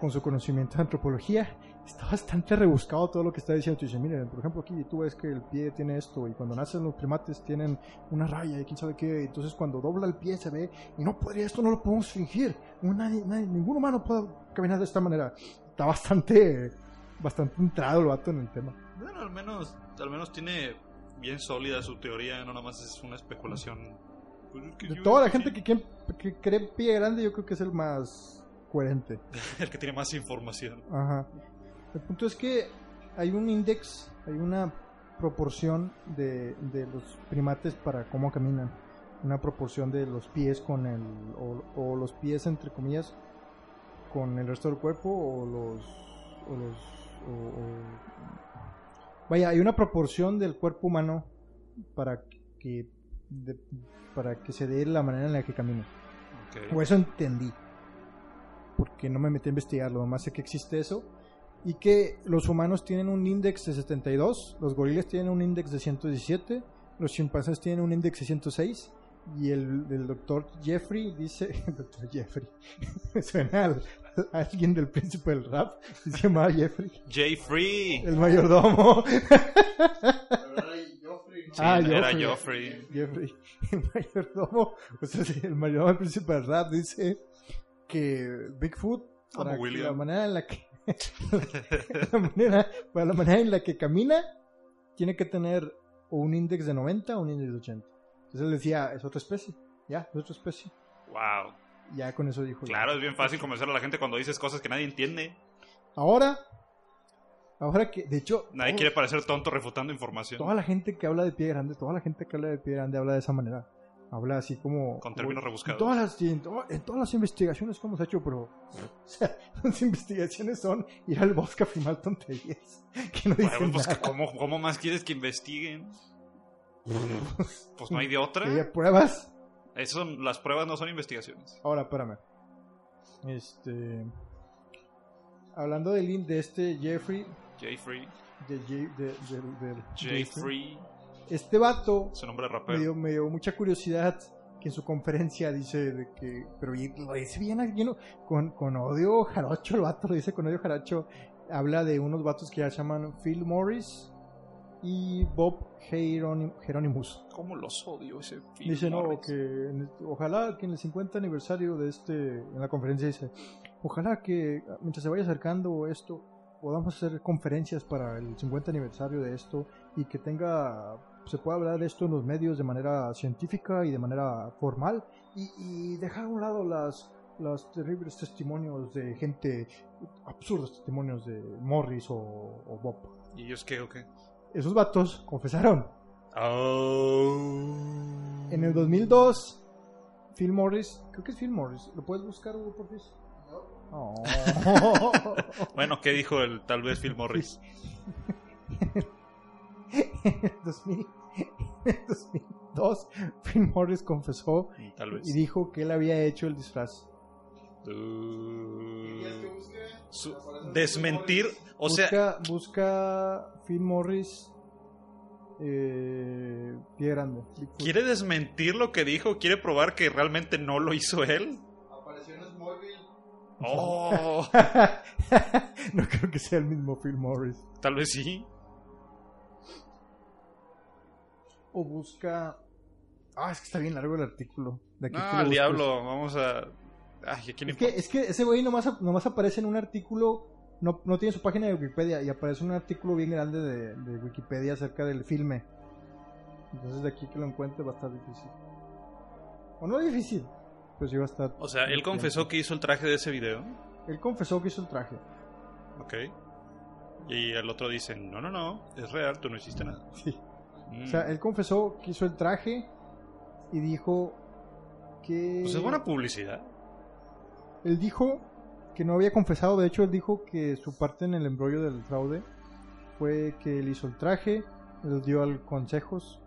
con su conocimiento de antropología. Está bastante rebuscado todo lo que está diciendo. Te dice, miren, por ejemplo, aquí tú ves que el pie tiene esto, y cuando nacen los primates tienen una raya y quién sabe qué, entonces cuando dobla el pie se ve, y no podría, esto no lo podemos fingir, Nadie- nadie- ningún humano puede caminar de esta manera. Está bastante, bastante entrado el vato en el tema. Bueno, al menos, al menos tiene bien sólida su teoría, no nada más es una especulación. Pues es que Mm. De yo- toda la gente que, quien- que cree en pie grande, yo creo que es el más coherente. El que tiene más información. Ajá. El punto es que hay un índice, hay una proporción de, de los primates para cómo caminan. Una proporción de los pies con el. O, o los pies, entre comillas, con el resto del cuerpo, o los. O los o- o- Vaya, hay una proporción del cuerpo humano para que. de- para que se dé la manera en la que camina. Ok. O eso entendí. Porque no me metí a investigarlo, nomás sé que existe eso. Y que los humanos tienen un índice de 72, los gorilas tienen un índice de 117, los chimpancés tienen un índice de 106. Y el, el doctor Jeffrey dice: El doctor Jeffrey. Suena al- a alguien del príncipe del rap. Se llamaba Jeffrey. Jeffrey. El mayordomo. Pero era Joffrey, ¿no? Sí, Ah, era Joffrey. Joffrey. Jeffrey, el mayordomo, o sea, sí, el mayordomo del príncipe del rap dice que Bigfoot para que William. la manera en la que la manera- para la manera en la que camina tiene que tener o un índice de 90 o un índice de 80. Entonces él decía, es otra especie, ya, es otra especie. Wow. Ya con eso dijo. Pues ya. Claro, es bien fácil convencer a la gente cuando dices cosas que nadie entiende. Ahora, ahora que, de hecho, Nadie todo- quiere parecer tonto refutando información toda la gente que habla de pie grande, toda la gente que habla de pie grande habla de esa manera. Habla así como... con como- términos en rebuscados. todas, las, en, to- en todas las investigaciones que hemos hecho, pero... O sea, las investigaciones son ir al bosque a filmar tonterías. Que no Bueno, dicen pues, nada. ¿cómo, cómo más quieres que investiguen? Pues no hay de otra. Que ya pruebas Eso, las pruebas no son investigaciones. Ahora, espérame. Este. Hablando del link de este Jeffrey. J-Free. De, Ye- de- del- del- Jeffrey, J-Free. Este vato Su nombre de me rapero. dio, me dio mucha curiosidad que en su conferencia dice de que. Pero y- lo dice bien aquí, ¿no? con, con odio jarocho. El vato lo dice con odio jarocho. Habla de unos vatos que ya se llaman Phil Morris y Bob Geronim- Geronimus. ¿Cómo los odio ese Phil Dice, no, Morris? que en el- ojalá que en el 50 aniversario de este, en la conferencia dice, ojalá que mientras se vaya acercando esto, podamos hacer conferencias para el 50 aniversario de esto y que tenga, se pueda hablar de esto en los medios de manera científica y de manera formal y, y dejar a un lado las los terribles testimonios de gente, absurdos testimonios de Morris o, o Bob. ¿Y ellos qué o qué? Esos vatos confesaron Oh. En el 2002, Phil Morris, creo que es Phil Morris, ¿lo puedes buscar, Hugo, por favor? Oh. Bueno, ¿qué dijo el tal vez Phil Morris? en, el 2000, en el 2002, Phil Morris confesó Mm, Tal vez. y dijo que él había hecho el disfraz. ¿Y quieres que Uh, busque? su- Aparece desmentir, Morris. o sea, busca, busca Phil Morris, eh, pie grande. Bigfoot. ¿quiere desmentir lo que dijo? ¿Quiere probar que realmente no lo hizo él? Apareció en Smallville. Oh, no creo que sea el mismo Phil Morris. tal vez sí. O busca... Ah, es que está bien largo el artículo. De aquí No, que lo al busques. diablo, vamos a... Ay, ¿a quién Es que, importa? es que ese güey nomás, nomás aparece en un artículo, no, no tiene su página de Wikipedia, y aparece un artículo bien grande de, de Wikipedia acerca del filme. Entonces de aquí que lo encuentre va a estar difícil. O no difícil, pues sí va a estar. O sea, él confesó que hizo el traje de ese video. Él confesó que hizo el traje. Ok. Y el otro dice, no, no, no, es real, tú no hiciste nada. Sí. Mm. O sea, él confesó que hizo el traje y dijo que... Pues es buena publicidad. Él dijo que no había confesado, de hecho él dijo que su parte en el embrollo del fraude fue que él hizo el traje, él dio al consejos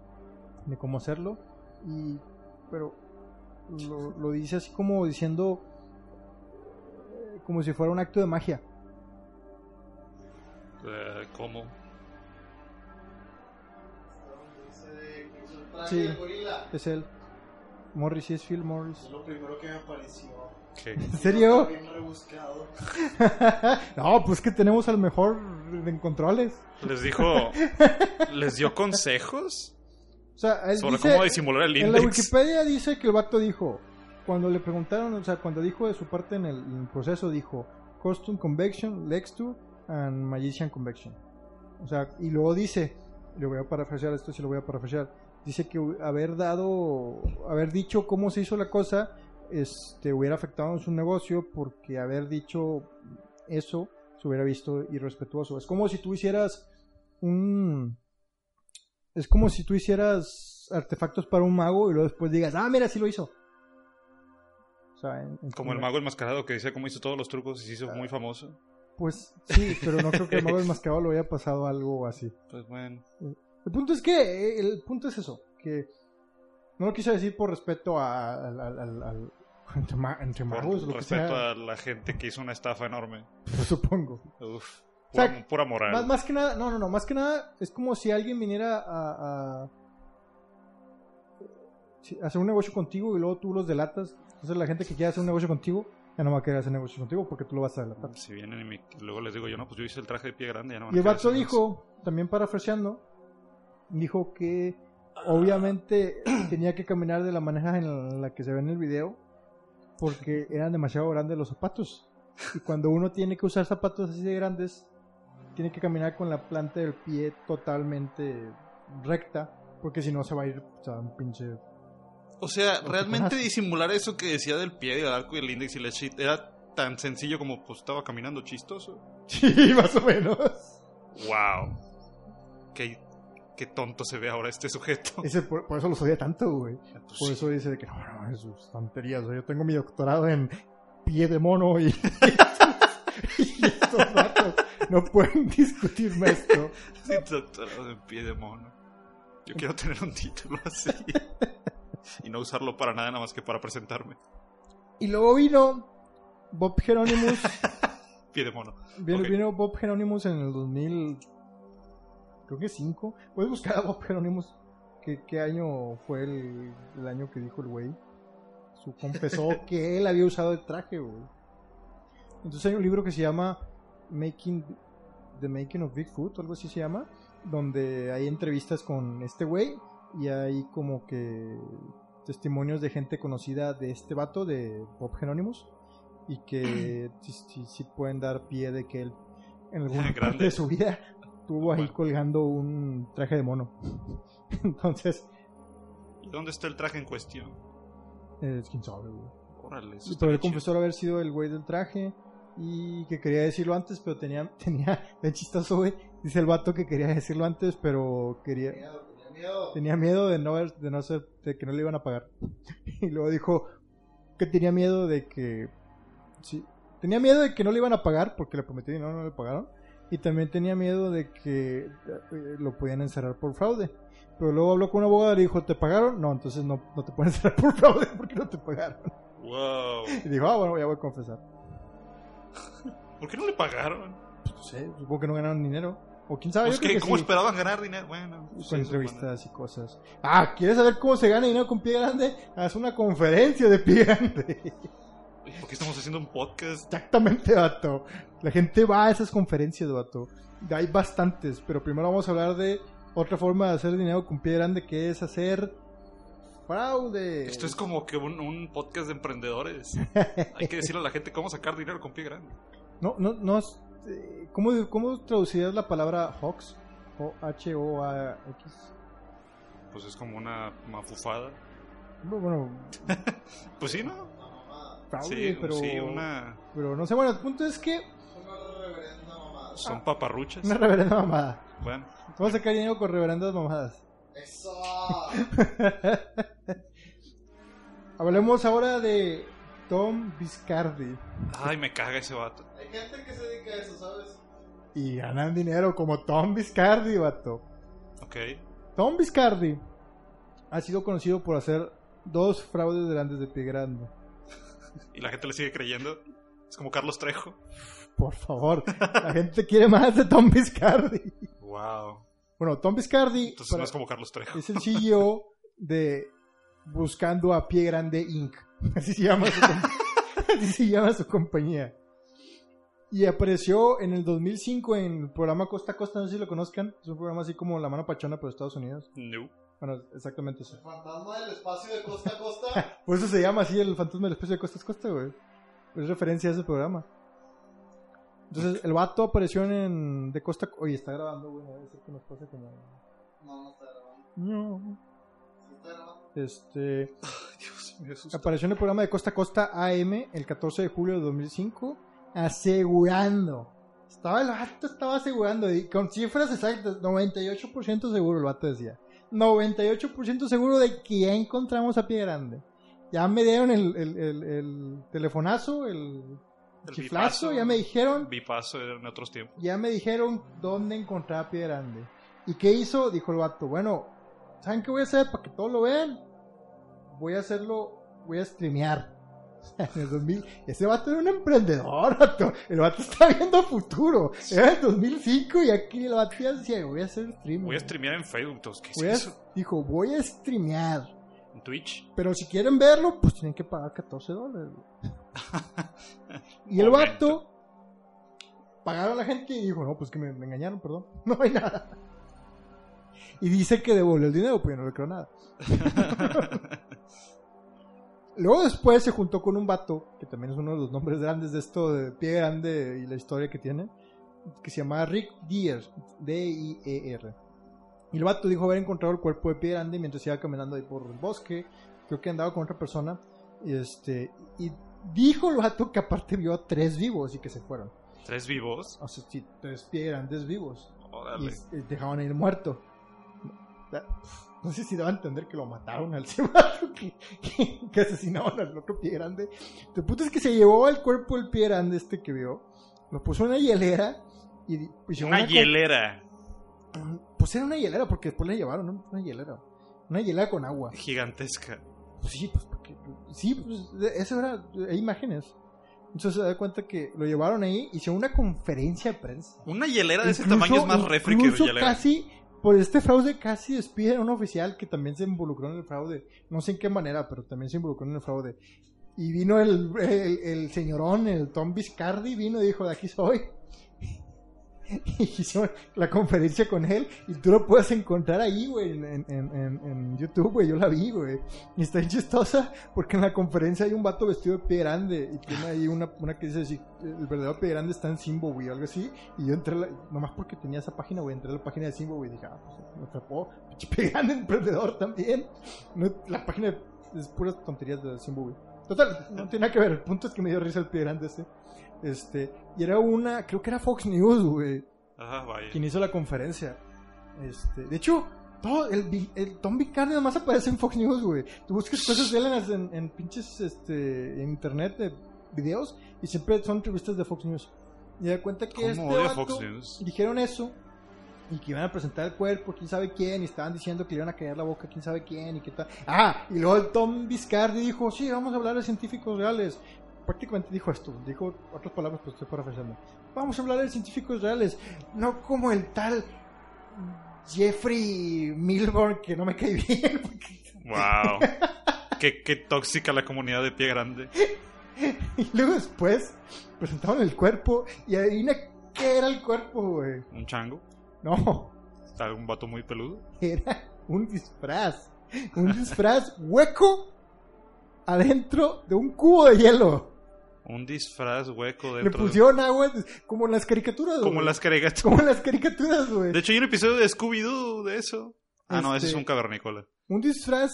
de cómo hacerlo, y pero lo, lo dice así como diciendo eh, como si fuera un acto de magia. Eh, ¿Cómo? Dice que hizo el Este, pues, traje Sí. del gorila. Es él. Morris sí es Phil Morris. Es lo primero que me apareció. ¿Qué? ¿En serio? Bien rebuscado. no, pues que tenemos al mejor en controles. Les dijo, les dio consejos O sea, él sobre dice- cómo disimular el En la index. Wikipedia dice que el vato dijo, cuando le preguntaron, o sea, cuando dijo de su parte en el, en el proceso, dijo Costume Convection, Lextu, and Magician Convection. O sea, y luego dice, le voy a parafrasear esto, si lo voy a parafrasear, dice que hu- haber dado, haber dicho cómo se hizo la cosa, este, hubiera afectado en su negocio porque haber dicho eso se hubiera visto irrespetuoso. Es como si tú hicieras un... Es como si tú hicieras artefactos para un mago y luego después digas, ah, mira, sí lo hizo. O sea, en- en- Como el mago enmascarado que dice cómo hizo todos los trucos y se hizo Ah. muy famoso. Pues sí, pero no creo que el mago enmascarado le haya pasado algo así. Pues bueno, El punto es que, eh, el punto es eso, que no lo quise decir por respeto a- al, al- al- al- entre, ma- entre por magos, lo que respeto sea, a la gente que hizo una estafa enorme. supongo. Uf, O sea, pura, pura moral. Más, más que nada, no, no, no, más que nada es como si alguien viniera a, a- si- a hacer un negocio contigo y luego tú los delatas. Entonces la gente que quiera hacer un negocio contigo ya no va a querer hacer negocio contigo porque tú lo vas a delatar. Si vienen y me- luego les digo yo, no, pues yo hice el traje de pie grande. Ya no van Y a el querer vato hacer más. dijo, también parafraseando, dijo que obviamente tenía que caminar de la manera en la que se ve en el video porque eran demasiado grandes los zapatos. Y cuando uno tiene que usar zapatos así de grandes, tiene que caminar con la planta del pie totalmente recta, porque si no se va a ir o sea, un pinche... O sea, realmente disimular eso que decía del pie, del arco y el índice y la shit, era tan sencillo como pues estaba caminando chistoso. Sí, más o menos. ¡Wow! Qué, qué tonto se ve ahora este sujeto. Ese, por, por eso los odia tanto, güey. Pues Por sí. eso dice de que no, no, es sus tonterías. güey. Yo tengo mi doctorado en pie de mono y, y estos datos no pueden discutirme esto. Sí, doctorado en pie de mono. Yo quiero tener un título así. y no usarlo para nada, nada más que para presentarme. Y luego vino Bob Geronimus. Pie de mono. Vino, Ok. vino Bob Geronimus en el 2000. Creo que 5. Puedes buscar a Bob Geronimus. ¿Qué, qué año fue el, el año que dijo el güey? Su, confesó que él había usado el traje, güey. Entonces hay un libro que se llama Making The Making of Bigfoot, o algo así se llama, donde hay entrevistas con este güey y hay como que testimonios de gente conocida de este vato, de Bob Geronimus, y que sí, sí- sí pueden dar pie de que él en algún parte Grande. de su vida tuvo ahí Bueno. colgando un traje de mono. Entonces, ¿Y dónde está el traje en cuestión? eh, quién sabe, güey. Órale, eso Sí, está pero él bien confesó haber sido el güey del traje y que quería decirlo antes, pero tenía, tenía, de chistoso, güey, dice el vato que quería decirlo antes, pero quería, Miedo, tenía miedo. tenía miedo de no, haber- de no ser, de que no le iban a pagar. Y luego dijo que tenía miedo de que, sí, tenía miedo de que no le iban a pagar porque le prometió dinero, no le pagaron. Y también tenía miedo de que eh, lo podían encerrar por fraude. Pero luego habló con un abogado y le dijo, ¿te pagaron? No, entonces no, no te pueden encerrar por fraude porque no te pagaron. chido. Wow. Y dijo, ah, bueno, ya voy a confesar. ¿Por qué no le pagaron? Pues no sé, supongo que no ganaron dinero. O quién sabe, Pues Ah, yo creo que, que ¿Cómo sí, esperaban ganar dinero? Bueno, Con sí, supongo. entrevistas y cosas. Ah, ¿quieres saber cómo se gana dinero con pie grande? Haz una conferencia de pie grande. Oye, ¿Por qué estamos haciendo un podcast? Exactamente, vato. La gente va a esas conferencias, vato. Hay bastantes, pero primero vamos a hablar de otra forma de hacer dinero con pie grande que es hacer fraude. Esto es como que un, un podcast de emprendedores. Hay que decirle a la gente cómo sacar dinero con pie grande. No, no, no. es- eh, ¿Cómo, cómo traducirías la palabra hoax? O H-O-A-X. Pues es como una mafufada. Bueno, Pues sí, ¿no? Una mamada. fraude, Sí, pero, sí, una... pero no sé. Bueno, el punto es que Una reverenda mamada. Son paparruchas. una reverenda mamada. Bueno, Vamos a sacar dinero con reverendas mamadas. Eso. Hablemos ahora de Tom Biscardi. ay, me caga ese vato. Hay gente que se dedica a eso, ¿sabes? Y ganan dinero como Tom Biscardi, vato. Ok. Tom Biscardi ha sido conocido por hacer dos fraudes grandes de pie grande. Y la gente le sigue creyendo. Es como Carlos Trejo. Por favor, la gente quiere más de Tom Biscardi. Wow. Bueno, Tom Biscardi Entonces para- no es como Carlos Trejo. es el CEO de Buscando a Pie Grande Inc. Así se llama su, com- así se llama su compañía. Y apareció en el 2005 en el programa Costa a Costa, no sé si lo conozcan. Es un programa así como La Mano Pachona, pero de Estados Unidos. No. Bueno, exactamente El eso. fantasma del espacio de costa a costa. Por eso se llama así el fantasma del espacio de Costa a Costa, güey. Es referencia a ese programa. Entonces, el vato apareció en De Costa... Oye, está grabando, güey. A ver si es que nos pasa como... No, no está grabando. No. Sí está grabando. Este... Dios me asusta. Apareció en el programa de Costa a Costa AM el 14 de julio de 2005, asegurando. Estaba el vato, estaba asegurando, y con cifras exactas, 98% seguro el vato decía. 98% seguro de que ya encontramos a Pie Grande. Ya me dieron el, el- el- el telefonazo, el, El chiflazo, bipaso. ya me dijeron, Bipaso era en otros tiempos. ya me dijeron dónde encontrar a Pie Grande. ¿Y qué hizo? Dijo el vato, bueno, ¿saben qué voy a hacer para que todos lo vean? Voy a hacerlo, voy a streamear. En el 2000, ese vato era un emprendedor, vato. el vato está viendo futuro. Era el 2005 y aquí el vato ya decía, voy a hacer streaming. Voy a streamear en Facebook. entonces, ¿Qué es Voy a- eso? Dijo, voy a streamear. ¿En Twitch? Pero si quieren verlo, pues tienen que pagar 14 dólares. güey. y el Momento. vato pagaron a la gente y dijo, no, pues que me, me engañaron, perdón. No hay nada. Y dice que devolvió el dinero, pues yo no le creo nada. Luego después se juntó con un vato, que también es uno de los nombres grandes de esto de pie grande y la historia que tiene, que se llamaba Rick Deer, D-I-E-R. Y el vato dijo haber encontrado el cuerpo de pie grande mientras iba caminando ahí por el bosque, creo que andaba con otra persona, y este, y dijo el vato que aparte vio a tres vivos y que se fueron. ¿Tres vivos? O sea, sí, tres pie grandes vivos. Órale. Y s- y dejaban ir muerto. No sé si daba a entender que lo mataron al cebato, que, que, que asesinaban al otro pie grande. El punto es que se llevó al cuerpo el pie grande este que vio, lo puso en una hielera y di- pues, llevó Una co- hielera Pues era una hielera, porque después la llevaron, ¿no? Una hielera. Una hielera con agua. gigantesca. Pues sí, pues porque- sí, pues de- eso era, hay imágenes. Entonces se da cuenta que lo llevaron ahí, hicieron una conferencia de prensa. Una hielera de ese Incluso- tamaño es más refri que incluso hielera. casi, por este fraude, casi despiden a un oficial que también se involucró en el fraude. No sé en qué manera, pero también se involucró en el fraude. Y vino el, el, el señorón, el Tom Biscardi, vino y dijo, de aquí soy. Y hicieron la conferencia con él y tú lo puedes encontrar ahí, güey, en, en- en- en- en YouTube, güey, yo la vi, güey. Y está bien chistosa porque en la conferencia hay un vato vestido de pie grande y tiene ahí una, una que dice, si el verdadero pie grande está en Simbo, güey, o algo así. Y yo entré, a la- nomás porque tenía esa página, güey, entré a la página de Simbo, güey, y dije, ah, pues me atrapó, pinche pie grande emprendedor también. No, la página es puras tonterías de Simbo, güey. Total, no tiene nada que ver, el punto es que me dio risa el pie grande este. Este, y era una, creo que era Fox News, güey Ajá, vaya. quien hizo la conferencia. Este, de hecho, todo el, Bi- el Tom Vicardi nada más aparece en Fox News, güey. Tú buscas cosas de él en, las- en- en pinches este, en internet de videos y siempre son entrevistas de Fox News. Y da cuenta que ¿Cómo este odio a vato- Fox News? dijeron eso y que iban a presentar el cuerpo, quién sabe quién, y estaban diciendo que le iban a callar la boca, quién sabe quién, y qué tal. Ah, y luego el Tom Biscardi dijo, sí, vamos a hablar de científicos reales. Prácticamente dijo esto, dijo otras palabras, pero estoy parafraseando. Vamos a hablar de científicos reales, no como el tal Jeffrey Milburn, que no me cae bien, Wow. qué, qué tóxica la comunidad de pie grande. y luego después presentaron el cuerpo, y adivina qué era el cuerpo, güey. Un chango. No, Está un vato muy peludo. era un disfraz. Un disfraz hueco adentro de un cubo de hielo. Un disfraz hueco Le dentro de- pusieron agua como en las caricaturas, Como güey. las caricaturas. Como en las caricaturas, güey. De hecho, hay un episodio de Scooby-Doo de eso. Ah, no, ese es Este- un cavernícola. Un disfraz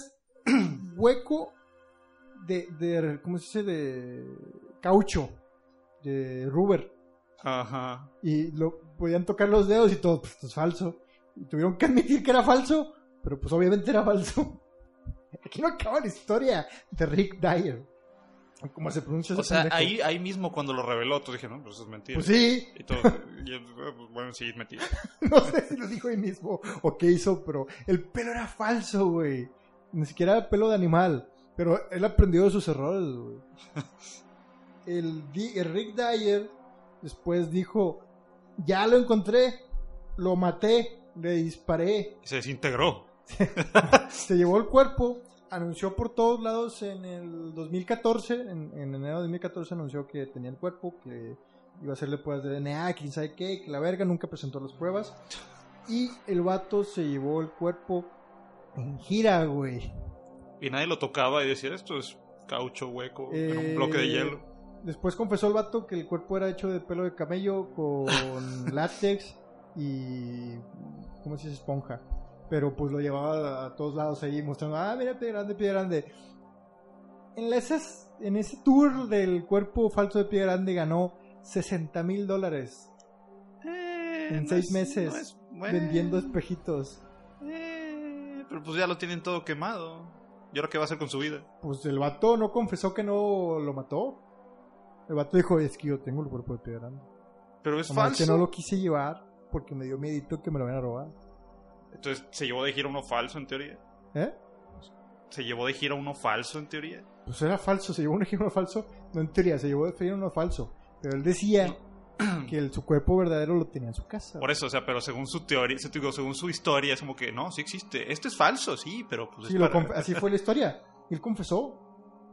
hueco de, de- ¿Cómo se dice? De caucho. De rubber. Ajá. Y lo podían tocar los dedos y todo. Pues esto es falso. Y tuvieron que admitir que era falso. Pero pues obviamente era falso. Aquí no acaba la historia de Rick Dyer. ¿Cómo se pronuncia ese O sea, pendejo. ahí, ahí mismo cuando lo reveló, tú dije, no, pues eso es mentira. Pues sí, Y todo. y yo, "Ah, pues, bueno, sí, es mentira. no sé si lo dijo ahí mismo o qué hizo, pero el pelo era falso, güey. Ni siquiera era pelo de animal. Pero él aprendió de sus errores, güey. El, Di- el Rick Dyer después dijo, ya lo encontré, lo maté, le disparé, Y se desintegró. se llevó el cuerpo, anunció por todos lados en el 2014, en, en enero de 2014 anunció que tenía el cuerpo, que iba a hacerle pruebas de DNA, quién sabe qué, que la verga, nunca presentó las pruebas. Y el vato se llevó el cuerpo en gira, güey. Y nadie lo tocaba y decía, esto es caucho hueco, era Eh, un bloque de hielo. Después confesó el vato que el cuerpo era hecho de pelo de camello con látex y. ¿Cómo se dice? Esponja. Pero pues lo llevaba a todos lados ahí mostrando, ah, mira, pie grande, pie grande. En, la- esas- en ese tour del cuerpo falso de pie grande ganó 60 mil dólares Eh, Eh, en seis meses, vendiendo espejitos. pero pues ya lo tienen todo quemado. ¿Y ahora qué va a hacer con su vida? Pues el vato no confesó que no lo mató. El vato dijo, es que yo tengo el cuerpo de pie grande. Pero es Nomás falso. que no lo quise llevar porque me dio miedito que me lo van a robar. Entonces se llevó de gira uno falso en teoría. ¿Eh? Se llevó de gira uno falso en teoría. Pues era falso, se llevó un ejemplo falso. No en teoría, se llevó de fe uno falso. Pero él decía que el- su cuerpo verdadero lo tenía en su casa. Por eso, o sea, pero según su teoría, se- digo, según su historia, es como que no, sí existe. Esto es falso, sí, pero pues Sí, es lo para- conf- así fue la historia. Y él confesó.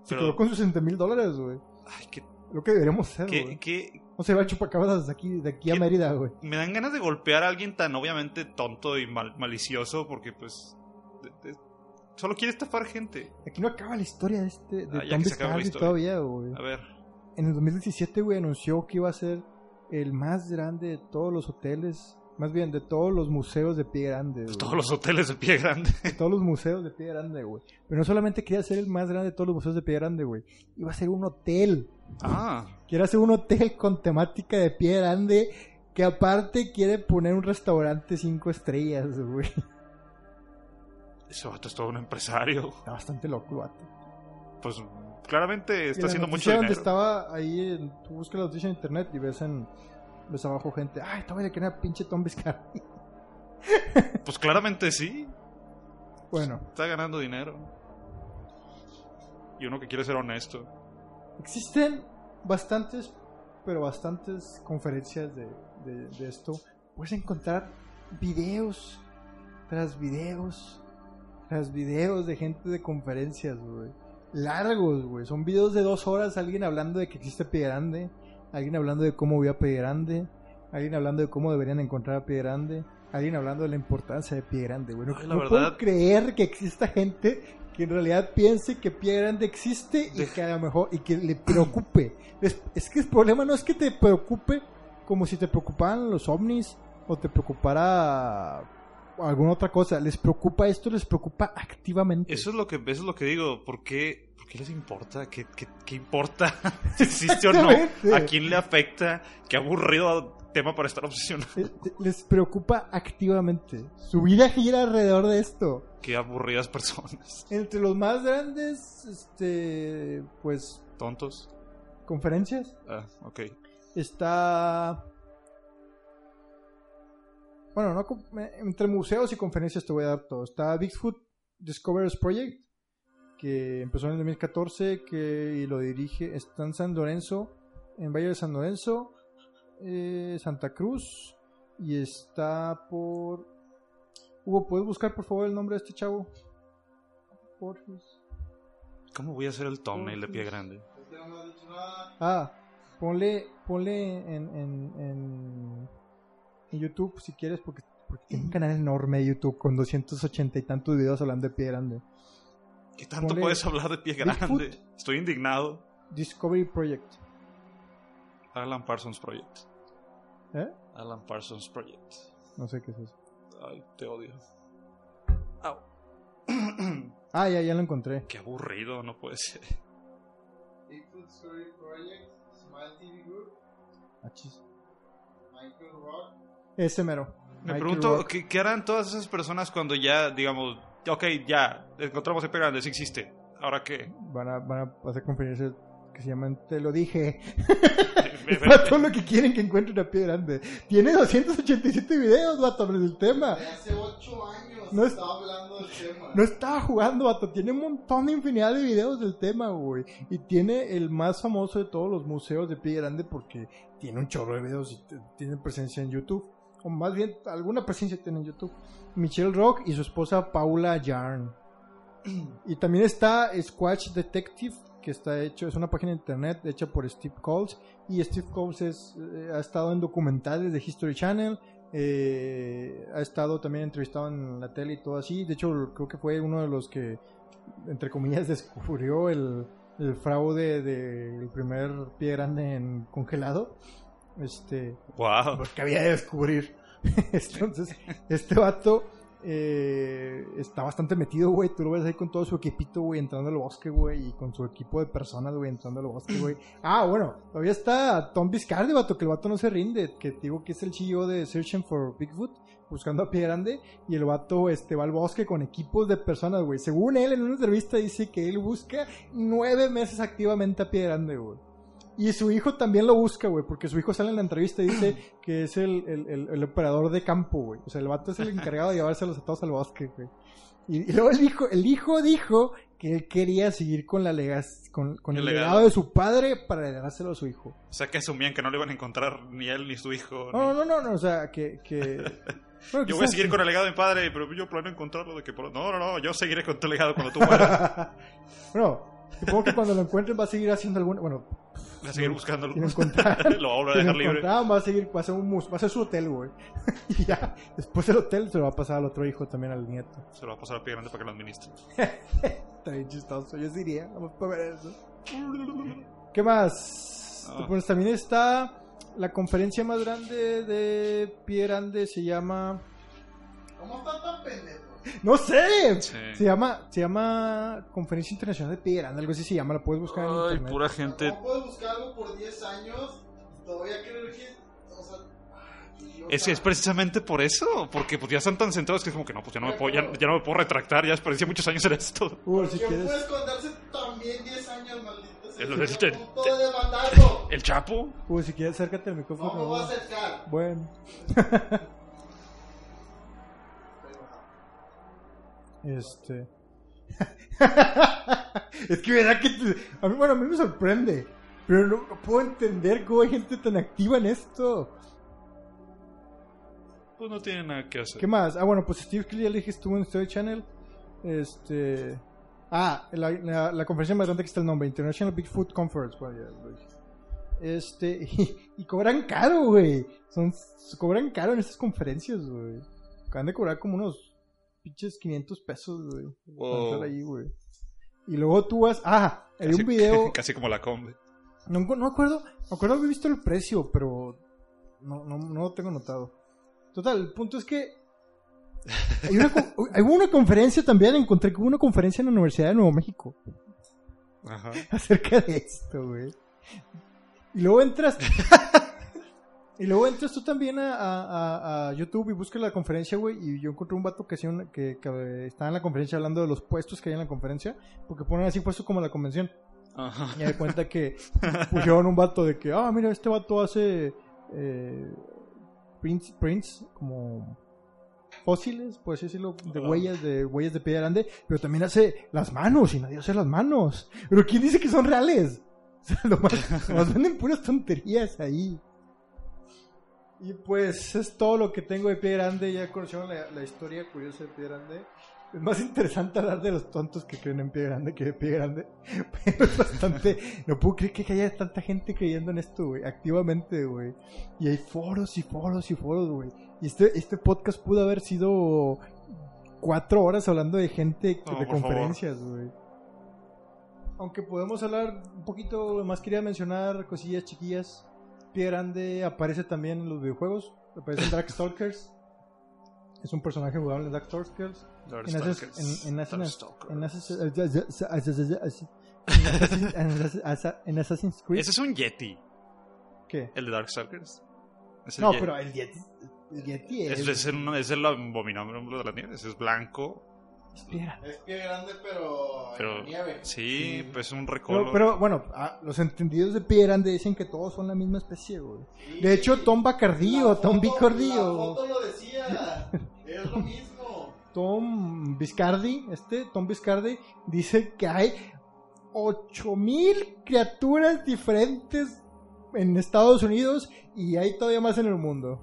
Se Pero- quedó con 60 mil dólares, güey. Ay, qué, Lo que deberíamos hacer, qué- güey. qué- No se va a chupacabras desde aquí, de aquí a ¿Qué- Mérida, güey. Me dan ganas de golpear a alguien tan obviamente tonto y mal- malicioso porque pues... de- de- Solo quiere estafar gente. Aquí no acaba la historia de este. De Ah, ya que Tom se acaba la Biscardi historia. todavía, güey. A ver. En el 2017, güey, anunció que iba a ser el más grande de todos los hoteles. Más bien, de todos los museos de pie grande. güey. Pues Todos los hoteles de pie grande. de todos los museos de Pie Grande, güey. Pero no solamente quería ser el más grande de todos los museos de Pie Grande, güey. Iba a ser un hotel. Ah, Quiere hacer un hotel con temática de Pie Grande. Que aparte quiere poner un restaurante cinco estrellas, güey. ese vato es todo un empresario. Está bastante loco, vato. Pues claramente Y en está la haciendo mucho noticia dinero. donde estaba ahí, en- tú buscas la noticia en internet y ves en... Ves abajo gente, ay, todavía le queda una pinche Tom Biscardi. Pues claramente sí. Bueno, Está ganando dinero. Y uno que quiere ser honesto. Existen bastantes, pero bastantes conferencias de, de- de esto. Puedes encontrar videos tras videos tras videos de gente de conferencias, güey. Largos, güey. Son videos de dos horas, alguien hablando de que existe Pie Grande, alguien hablando de cómo voy a Pie Grande, alguien hablando de cómo deberían encontrar a Pie Grande, alguien hablando de la importancia de Pie Grande, güey. No, Ay, la no verdad- puedo creer que exista gente que en realidad piense que Pie Grande existe y Deja- que a lo mejor y que le preocupe. Es, es que el problema no es que te preocupe como si te preocuparan los ovnis o te preocupara alguna otra cosa. Les preocupa esto, les preocupa activamente. Eso es lo que, eso es lo que digo. ¿Por qué, por qué les importa? ¿Qué, qué- qué importa si existe o no? Exactamente. ¿A quién le afecta? Qué aburrido tema para estar obsesionado. Eh, te- Les preocupa activamente. Su vida gira alrededor de esto. Qué aburridas personas. Entre los más grandes, este, pues, Tontos. conferencias, Ah, ok. está... Bueno, no, com- eh, entre museos y conferencias te voy a dar todo. Está Bigfoot Discoverers Project, que empezó en el 2014 que, y lo dirige. Está en San Lorenzo, en Valle de San Lorenzo, eh, Santa Cruz, y está por... Hugo, ¿puedes buscar por favor el nombre de este chavo? Por... ¿Cómo voy a hacer el thumbnail de pie grande? Este no me ha dicho nada. Ah, ponle, ponle en, en, en, en YouTube si quieres, porque, porque tiene un canal enorme de YouTube con 280 y tantos videos hablando de pie grande. ¿Qué tanto Ponle- puedes hablar de pie grande? Bigfoot. Estoy indignado. Discovery Project. Alan Parsons Project. ¿Eh? Alan Parsons Project. No sé qué es eso. Ay, te odio. Au. Ah, ya, ya lo encontré. Qué aburrido, no puede ser. Bigfoot Story Project, Smile TV Group, Ah, chis. Michael Rock. Ese mero. Me Michael pregunto, Rock. ¿qué, qué harán todas esas personas cuando ya, digamos, ok, ya, encontramos el pie grande, sí existe. ¿Ahora qué? Van a, van a hacer conferencias que se llaman Te lo dije. Ve- ve- Para todo lo que quieren que encuentren a pie grande. Tiene 287 videos, vato, sobre el tema. De hace 8 años Ah. No es- estaba hablando del tema. No estaba jugando, vato. Tiene un montón de infinidad de videos del tema, güey. Y tiene el más famoso de todos los museos de Pie Grande porque tiene un chorro de videos y t- tiene presencia en YouTube. O más bien, alguna presencia tiene en YouTube. Michelle Rock y su esposa Paula Yarn. Y también está Squatch Detective, que está hecho, es una página de internet hecha por Steve Coles. Y Steve Coles es, eh, ha estado en documentales de History Channel, eh, ha estado también entrevistado en la tele y todo así. De hecho, creo que fue uno de los que, entre comillas, descubrió el, el fraude del primer pie grande en congelado. Este, Wow. porque había de descubrir. Entonces, este vato eh, está bastante metido, güey. Tú lo ves ahí con todo su equipito, güey, entrando al bosque, güey, y con su equipo de personas, güey, entrando al bosque, güey. Ah, bueno, todavía está Tom Biscardi, vato, que el vato no se rinde, que te digo que es el CEO de Searching for Bigfoot, buscando a Pie Grande, y el vato este, va al bosque con equipos de personas, güey. Según él, en una entrevista dice que él busca nueve meses activamente a Pie Grande, güey. Y su hijo también lo busca, güey, porque su hijo sale en la entrevista y dice que es el, el, el- el operador de campo, güey. O sea, el vato es el encargado de llevárselos a todos al bosque, güey. Y, y luego el hijo, el hijo dijo que él quería seguir con la legas- con, con El el, legado. legado. de su padre para heredárselo a su hijo. O sea que asumían que no lo iban a encontrar ni él ni su hijo. No, ni- no, no, no, o sea, que... que... bueno, Yo voy a quizás- seguir con el legado de mi padre, pero yo planeo encontrarlo de que por... No, no, no, yo seguiré con tu legado cuando tú mueras. bueno, Supongo que cuando lo encuentren va a seguir haciendo alguna. Bueno, Voy a seguir buscándolo. si lo encontraron. lo vamos a si lo dejar libre. encontraron, va a seguir, va a ser un mus, va a ser su hotel, güey. y ya, después del hotel se lo va a pasar al otro hijo también, al nieto. Se lo va a pasar a Pie Grande para que lo administre. Está bien chistoso, yo sí iría, vamos a ver eso. ¿Qué más? Ah. Pues también está la conferencia más grande de Pie Grande, se llama... ¿Cómo están tan pendejos? ¡No sé! Sí. Se llama, se llama Conferencia Internacional de Pie Grande, algo así se llama, la puedes buscar en Ay, internet. pura gente. ¿Cómo puedes buscar algo por 10 años? Te voy a creer que. O sea. ay, yo Es, es precisamente por eso, porque pues ya están tan centrados que es como que no, pues ya no me puedo, ya, ya no me puedo retractar, ya desperdicié muchos años en esto. Uh, si ¿Quién quieres... puede esconderse también 10 años, maldito? sea? El- Estoy el- a punto de matarlo. El Chapo, uh, si quieres, acércate al No me micrófono. voy a acercar. Bueno. este. es que verdad que te- a mí bueno, a mí me sorprende, pero no, no puedo entender cómo hay gente tan activa en esto. pues no tiene nada que hacer. ¿Qué más? Ah, bueno, pues Steve Kelly ya le dije estuvo en Story Channel. Este. Ah, la, la- la conferencia más grande que está el nombre, International Bigfoot Conference. Bueno, ya lo dije. Este, y, y cobran caro, güey. Son, se cobran caro en estas conferencias, güey. Acaban de cobrar como unos pinches 500 pesos, güey. para Wow. estar ahí, güey. Y luego tú vas. Ah, hay un video. Casi como la combe. No, encu- no me acuerdo, me acuerdo haber visto el precio, pero no, no, no lo tengo notado. Total, el punto es que hay una, con- uy, hay una conferencia también, encontré que hubo una conferencia en la Universidad de Nuevo México Ajá. acerca de esto, güey. Y luego entras... y luego entras tú también a, a- a- a YouTube y buscas la conferencia, güey, y yo encontré un vato que, hacía una- que, que estaba en la conferencia hablando de los puestos que hay en la conferencia, porque ponen así puestos como en la convención. Ajá. Y me di cuenta que pusieron un vato de que, ah, mira, este vato hace eh, prints, prints como fósiles, por así decirlo, de Ah. huellas, de huellas de piedra grande, pero también hace las manos y nadie hace las manos. Pero ¿quién dice que son reales? O sea, lo más, lo más venden puras tonterías ahí. Y pues es todo lo que tengo de pie grande. Ya conocieron la, la historia curiosa de pie grande. Es más interesante hablar de los tontos que creen en pie grande que de pie grande. Pero es bastante. No puedo creer que haya tanta gente creyendo en esto, güey. Activamente, güey. Y hay foros y foros y foros, güey. Y este, este podcast pudo haber sido cuatro horas hablando de gente No, de por favor. conferencias, güey. Aunque podemos hablar un poquito más, quería mencionar cosillas chiquillas. Pie Grande aparece también en los videojuegos. Aparece en Darkstalkers. es un personaje jugable en Darkstalkers. Dark En Assassin's- Stalkers. en- en Assassin's- Dark Stalker. En Assassin's- en Assassin's Creed. Ese es un Yeti, ¿Qué? el de Darkstalkers. Es el No, Yeti. pero el Yeti. El Yeti Es, es. es el, es el abominable de las nieves, es blanco. es pie grande. Es pie grande, pero. Pero- En nieve. Sí, Sí. pues un Pero, recolor. pero, bueno, ah, los entendidos de Pie Grande dicen que todos son la misma especie, güey. Sí. De hecho, Tom Bacardi o La Tom foto- Bicordio. La foto lo decía. Es lo mismo. Tom Viscardi, este Tom Viscardi, dice que hay 8000 criaturas diferentes en Estados Unidos y hay todavía más en el mundo.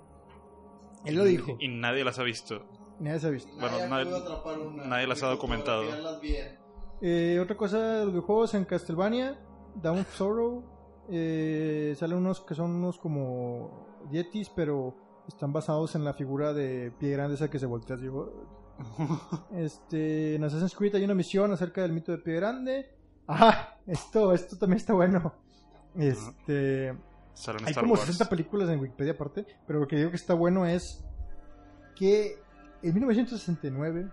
Él Mm. lo dijo. Y nadie las ha visto. Nadie se ha visto. Bueno, Nadie nadie- pudo atrapar una. nadie las ha Ni documentado. fotografiarlas bien. Eh, otra cosa de los videojuegos en Castlevania, Down of Sorrow, eh, salen unos que son unos como Yetis, pero están basados en la figura de pie grande esa que se voltea. así, oh. Este, en Assassin's Creed hay una misión acerca del mito de Pie Grande. Ah, esto, esto también está bueno. Este, Salen hay Star como Wars. 60 películas en Wikipedia aparte, pero lo que digo que está bueno es que en 1969,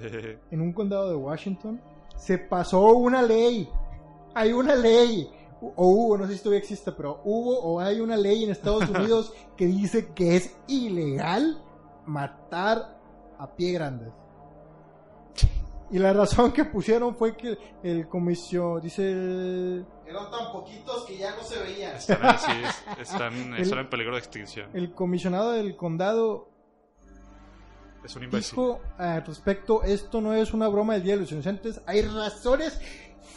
Eh, en un condado de Washington, se pasó una ley. Hay una ley. O o hubo, no sé si todavía existe, pero hubo o hay una ley en Estados Unidos que dice que es ilegal matar a pie grande. Y la razón que pusieron fue que el comisión, dice el, Eran tan poquitos que ya no se veían. están, ahí, sí, es- están, están en peligro de extinción. el comisionado del condado es un imbécil. dijo al respecto, esto no es una broma del Día de los Inocentes, hay razones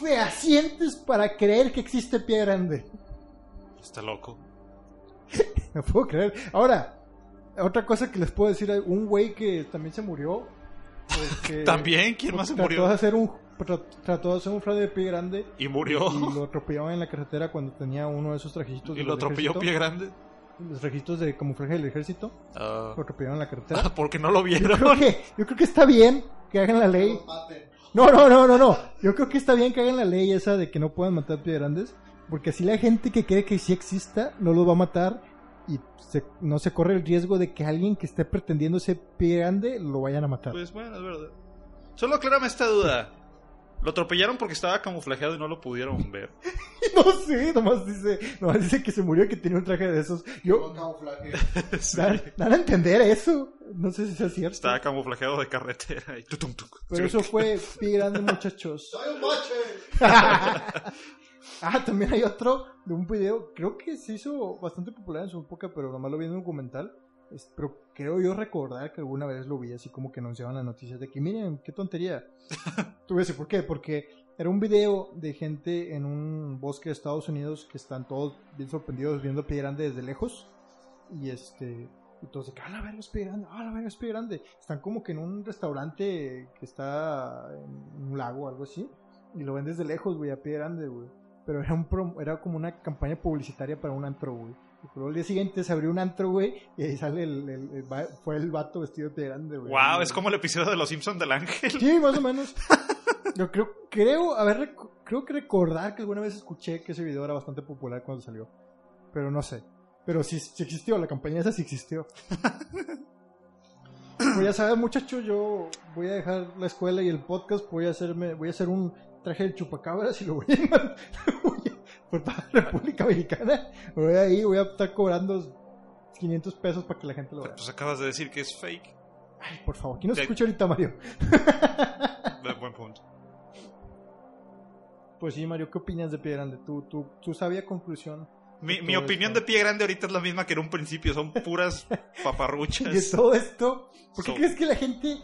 fehacientes para creer que existe pie grande. Está loco. No puedo creer. Ahora, otra cosa que les puedo decir, hay un güey que también se murió porque- También, ¿quién más se porque Trató murió? de hacer un, tra- trató de hacer un fraude de pie grande Y murió. y lo atropellaron en la carretera cuando tenía uno de esos trajitos. Y lo atropelló pie grande. Los registros de camuflaje del ejército. Ah, Lo atropellaron en la carretera. porque no lo Yo creo, vieron. que, yo creo que está bien que hagan la ley. Los maten. No, no, no, no, no. Yo creo que está bien que hagan la ley esa de que no puedan matar pie grandes. Porque así la gente que cree que sí exista no los va a matar. Y se- no se corre el riesgo de que alguien que esté pretendiendo ser pie grande lo vayan a matar. Pues bueno, es verdad. Solo aclárame esta duda. Lo atropellaron porque estaba camuflajeado y no lo pudieron ver. No sé, nomás dice, nomás dice que se murió y que tenía un traje de esos. Yo, Con camuflaje. Sí. dan, dan a entender eso. No sé si sea cierto. Estaba camuflajeado de carretera. Y tutum, tuc. Pero eso fue Pie Grande Muchachos. ¡Soy un macho! ah, también hay otro de un video, creo que se hizo bastante popular en su época, pero nomás lo vi en un documental. Es- pero creo yo recordar que alguna vez lo vi así como que anunciaban las noticias de que miren, qué tontería. Tú ves, ¿por qué? Porque era un video de gente en un bosque de Estados Unidos que están todos bien sorprendidos viendo Pie Grande desde lejos. Y este, y todos de que, ah, la verga es Pie Grande, ah, la verga es Pie Grande. Están como que en un restaurante que está en un lago o algo así. Y lo ven desde lejos, güey, a pie grande, güey. Pero era, un prom- era como una campaña publicitaria para un antro, güey. Y luego al día siguiente se abrió un antro, güey, y ahí sale el, el- el va- fue el vato vestido de pie grande, güey. Wow, es como el episodio de Los Simpsons del Ángel. Sí, más o menos. Yo creo, creo, a ver, recu- creo que recordar que alguna vez escuché que ese video era bastante popular cuando salió. Pero no sé. Pero sí, sí existió, la campaña esa sí existió. Pues ya saben, muchachos, yo voy a dejar la escuela y el podcast, voy a hacerme, voy a hacer un traje de chupacabras y lo voy a mandar voy a- por toda la República Mexicana. Voy ahí, voy a estar cobrando 500 pesos para que la gente lo vea. Pues acabas de decir que es fake. Ay, por favor, ¿quién nos de- escucha ahorita, Mario? Eh, Buen punto. Pues sí, Mario, ¿qué opinas de Pie Grande? Tu, tu, tu sabia conclusión Mi, De mi todo opinión esto. de pie grande ahorita es la misma que en un principio. Son puras de paparruchas. todo esto. ¿Por qué Pues, So- crees que la gente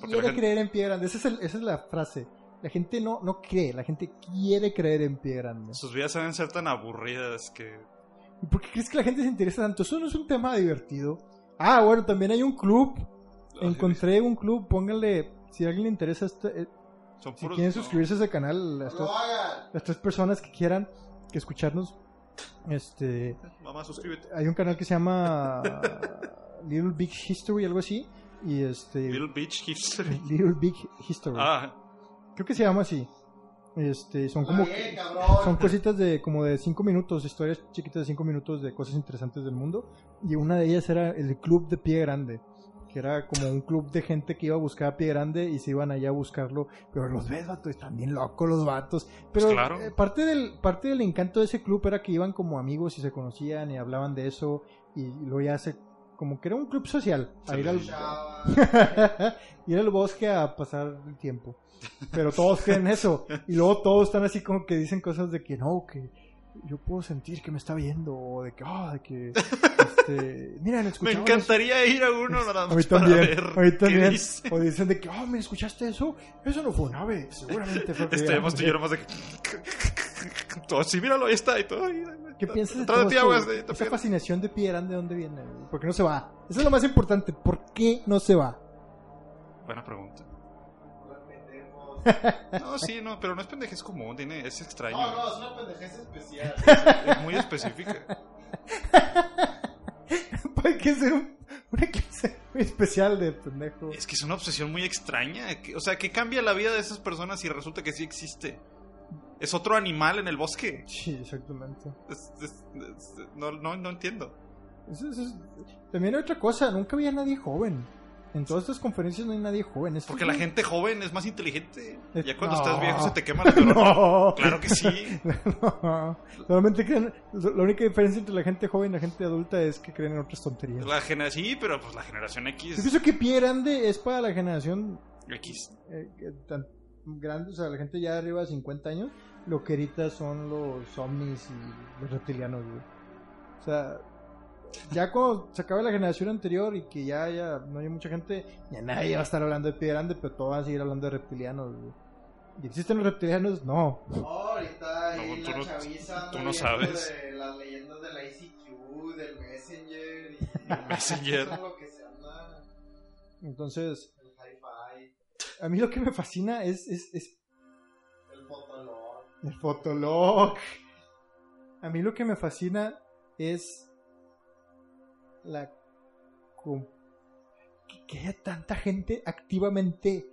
Porque la quiere gente- creer en Pie Grande? Esa es, el- esa es la frase. La gente no, no cree, la gente quiere creer en Pie Grande. Sus vidas deben ser tan aburridas que... ¿Y por qué crees que la gente se interesa tanto? Eso no es un tema divertido. Ah, bueno, también hay un club. Ah, Encontré un club, pónganle, si a alguien le interesa, este- eh, Son si puros... quieren no. suscribirse a ese canal, las ¡No lo tres, hagan! las tres personas que quieran que escucharnos, este, Mamá, suscríbete. hay un canal que se llama Little Big History, algo así. Y este. Little, Little Beach History. Big History. Ah, Creo que se llama así. Este, son Está como. Ah, bien, cabrón! Son cositas de como de 5 minutos, historias chiquitas de 5 minutos de cosas interesantes del mundo. Y una de ellas era el club de pie grande, que era como un club de gente que iba a buscar a pie grande y se iban allá a buscarlo. Pero los ves, vato, están bien locos los vatos. Pero Pues claro. eh, parte, del, parte del encanto de ese club era que iban como amigos y se conocían y hablaban de eso. Y luego ya se. Como que era un club social. A Se ir al, les- Chava. ir al bosque a pasar el tiempo. Pero todos creen eso. Y luego todos están así como que dicen cosas de que no, que yo puedo sentir que me está viendo. O de que, ah, de que. Este, miren, me escuchamos- encantaría ir a uno nada A más mí para también. ver a mí qué también. dice. O dicen de que, oh, me escuchaste eso. Eso no fue un ave. Seguramente fue. Este, hemos tenido más de que... Todo, sí, míralo, ahí está. Y todo, ahí, ¿Qué piensas de Atrás todo ti, esto, aguas, güey? eh, te Esa pierdes. fascinación de Pieran, ¿de dónde viene? güey? ¿Por qué no se va? Eso es lo más importante. ¿Por qué no se va? Buena pregunta. Hola, pendejos. No, sí, no, pero no es pendejez común, tiene, es extraño, No, no, es una pendejez especial. es muy específica. ¿Para qué ser un- una clase muy especial de pendejo? Es que es una obsesión muy extraña, que- o sea, que cambia la vida de esas personas y resulta que sí existe. Es otro animal en el bosque. Sí, exactamente. Es- es- es- no, no, no entiendo. Eso- eso es- También hay otra cosa, nunca había nadie joven. En todas estas conferencias no hay nadie joven. Esto Porque es la muy- gente joven es más inteligente. Es- Ya cuando Eh, no. estás viejo se te quema la neurona. No, Claro que sí. no. Solamente creen. La única diferencia entre la gente joven y la gente adulta es que creen en otras tonterías. La generación sí, pero pues la generación Yo X, pienso que Pie Grande es para la generación X. eh, eh, tan grande, o sea, la gente ya arriba de 50 años, lo que ahorita son los ovnis y los reptilianos, güey. O sea, ya cuando se acabe la generación anterior y que ya, ya no hay mucha gente, ya nadie va a estar hablando de pie grande, pero todos van a seguir hablando de reptilianos, güey. ¿Y existen los reptilianos? No. No, ahorita ahí No, tú la no- chaviza anda tú no viendo sabes. De las leyendas de la ICQ, del Messenger y... Messenger. Eso es lo que se anda. Entonces, el hi-fi, a mí lo que me fascina es, es, es el fotolog. el fotolog. A mí lo que me fascina es la... com- que- Que haya tanta gente activamente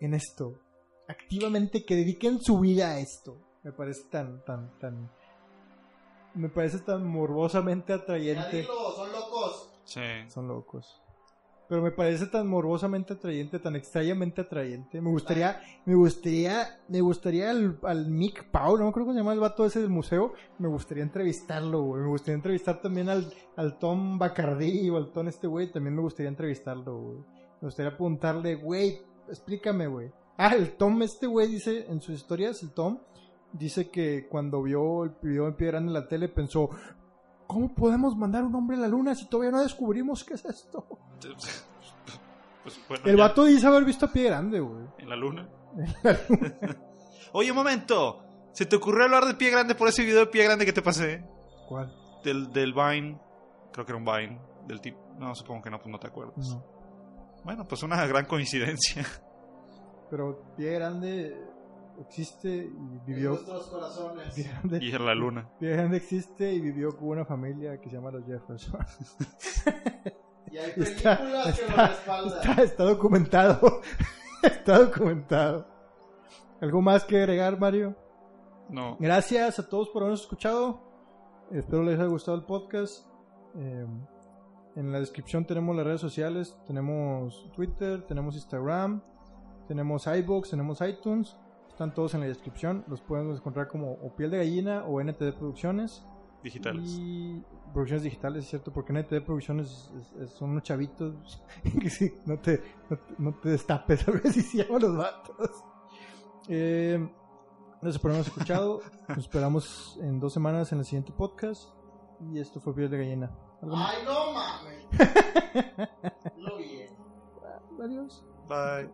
en esto. Activamente que dediquen su vida a esto. Me parece tan, tan, tan... Me parece tan morbosamente Ya atrayente. dilo, son locos. Sí. Son locos. Pero me parece tan morbosamente atrayente, tan extrañamente atrayente. Me gustaría, me gustaría, me gustaría al, al Mick Pau, no creo que se llama el vato ese del museo. Me gustaría entrevistarlo, güey. Me gustaría entrevistar también al, al Tom Bacardi o al Tom este güey. También me gustaría entrevistarlo, güey. Me gustaría preguntarle, güey, explícame, güey. Ah, el Tom este güey dice en sus historias, el Tom dice que cuando vio el video en Piedra en la tele pensó, ¿Cómo podemos mandar un hombre a la luna si todavía no descubrimos qué es esto? Pues bueno, El ya, vato dice haber visto a pie grande, güey. en la luna. Oye, un momento. ¿Se te ocurrió hablar de pie grande por ese video de pie grande que te pasé? ¿Cuál? Del, del Vine. Creo que era un Vine. Del tipo. No, supongo que no, pues no te acuerdas. No. Bueno, pues una gran coincidencia. Pero pie grande existe y En vivió. nuestros corazones. Pie grande, Y en la luna. Pie Grande existe y vivió con una familia que se llama los Jefferson. Y hay Está- películas que lo está- respaldan. Está, está documentado. Está documentado. ¿Algo más que agregar, Mario? No. Gracias a todos por habernos escuchado. Espero les haya gustado el podcast. Eh, en la descripción tenemos las redes sociales. Tenemos Twitter, tenemos Instagram, tenemos iBox, tenemos iTunes. Están todos en la descripción. Los pueden encontrar como o Piel de Gallina o NTD Producciones. Digitales. Y producciones digitales, es cierto, porque NTD Producciones es- es- son unos chavitos que sí, no te, no te, no te destapes, a ver si se llaman los vatos. Eh, nos esperamos escuchado, nos esperamos en dos semanas en el siguiente podcast. Y esto fue Piel de Gallina. ¿Algo más? Ay, no mames. Lo vi. Adiós. Bye.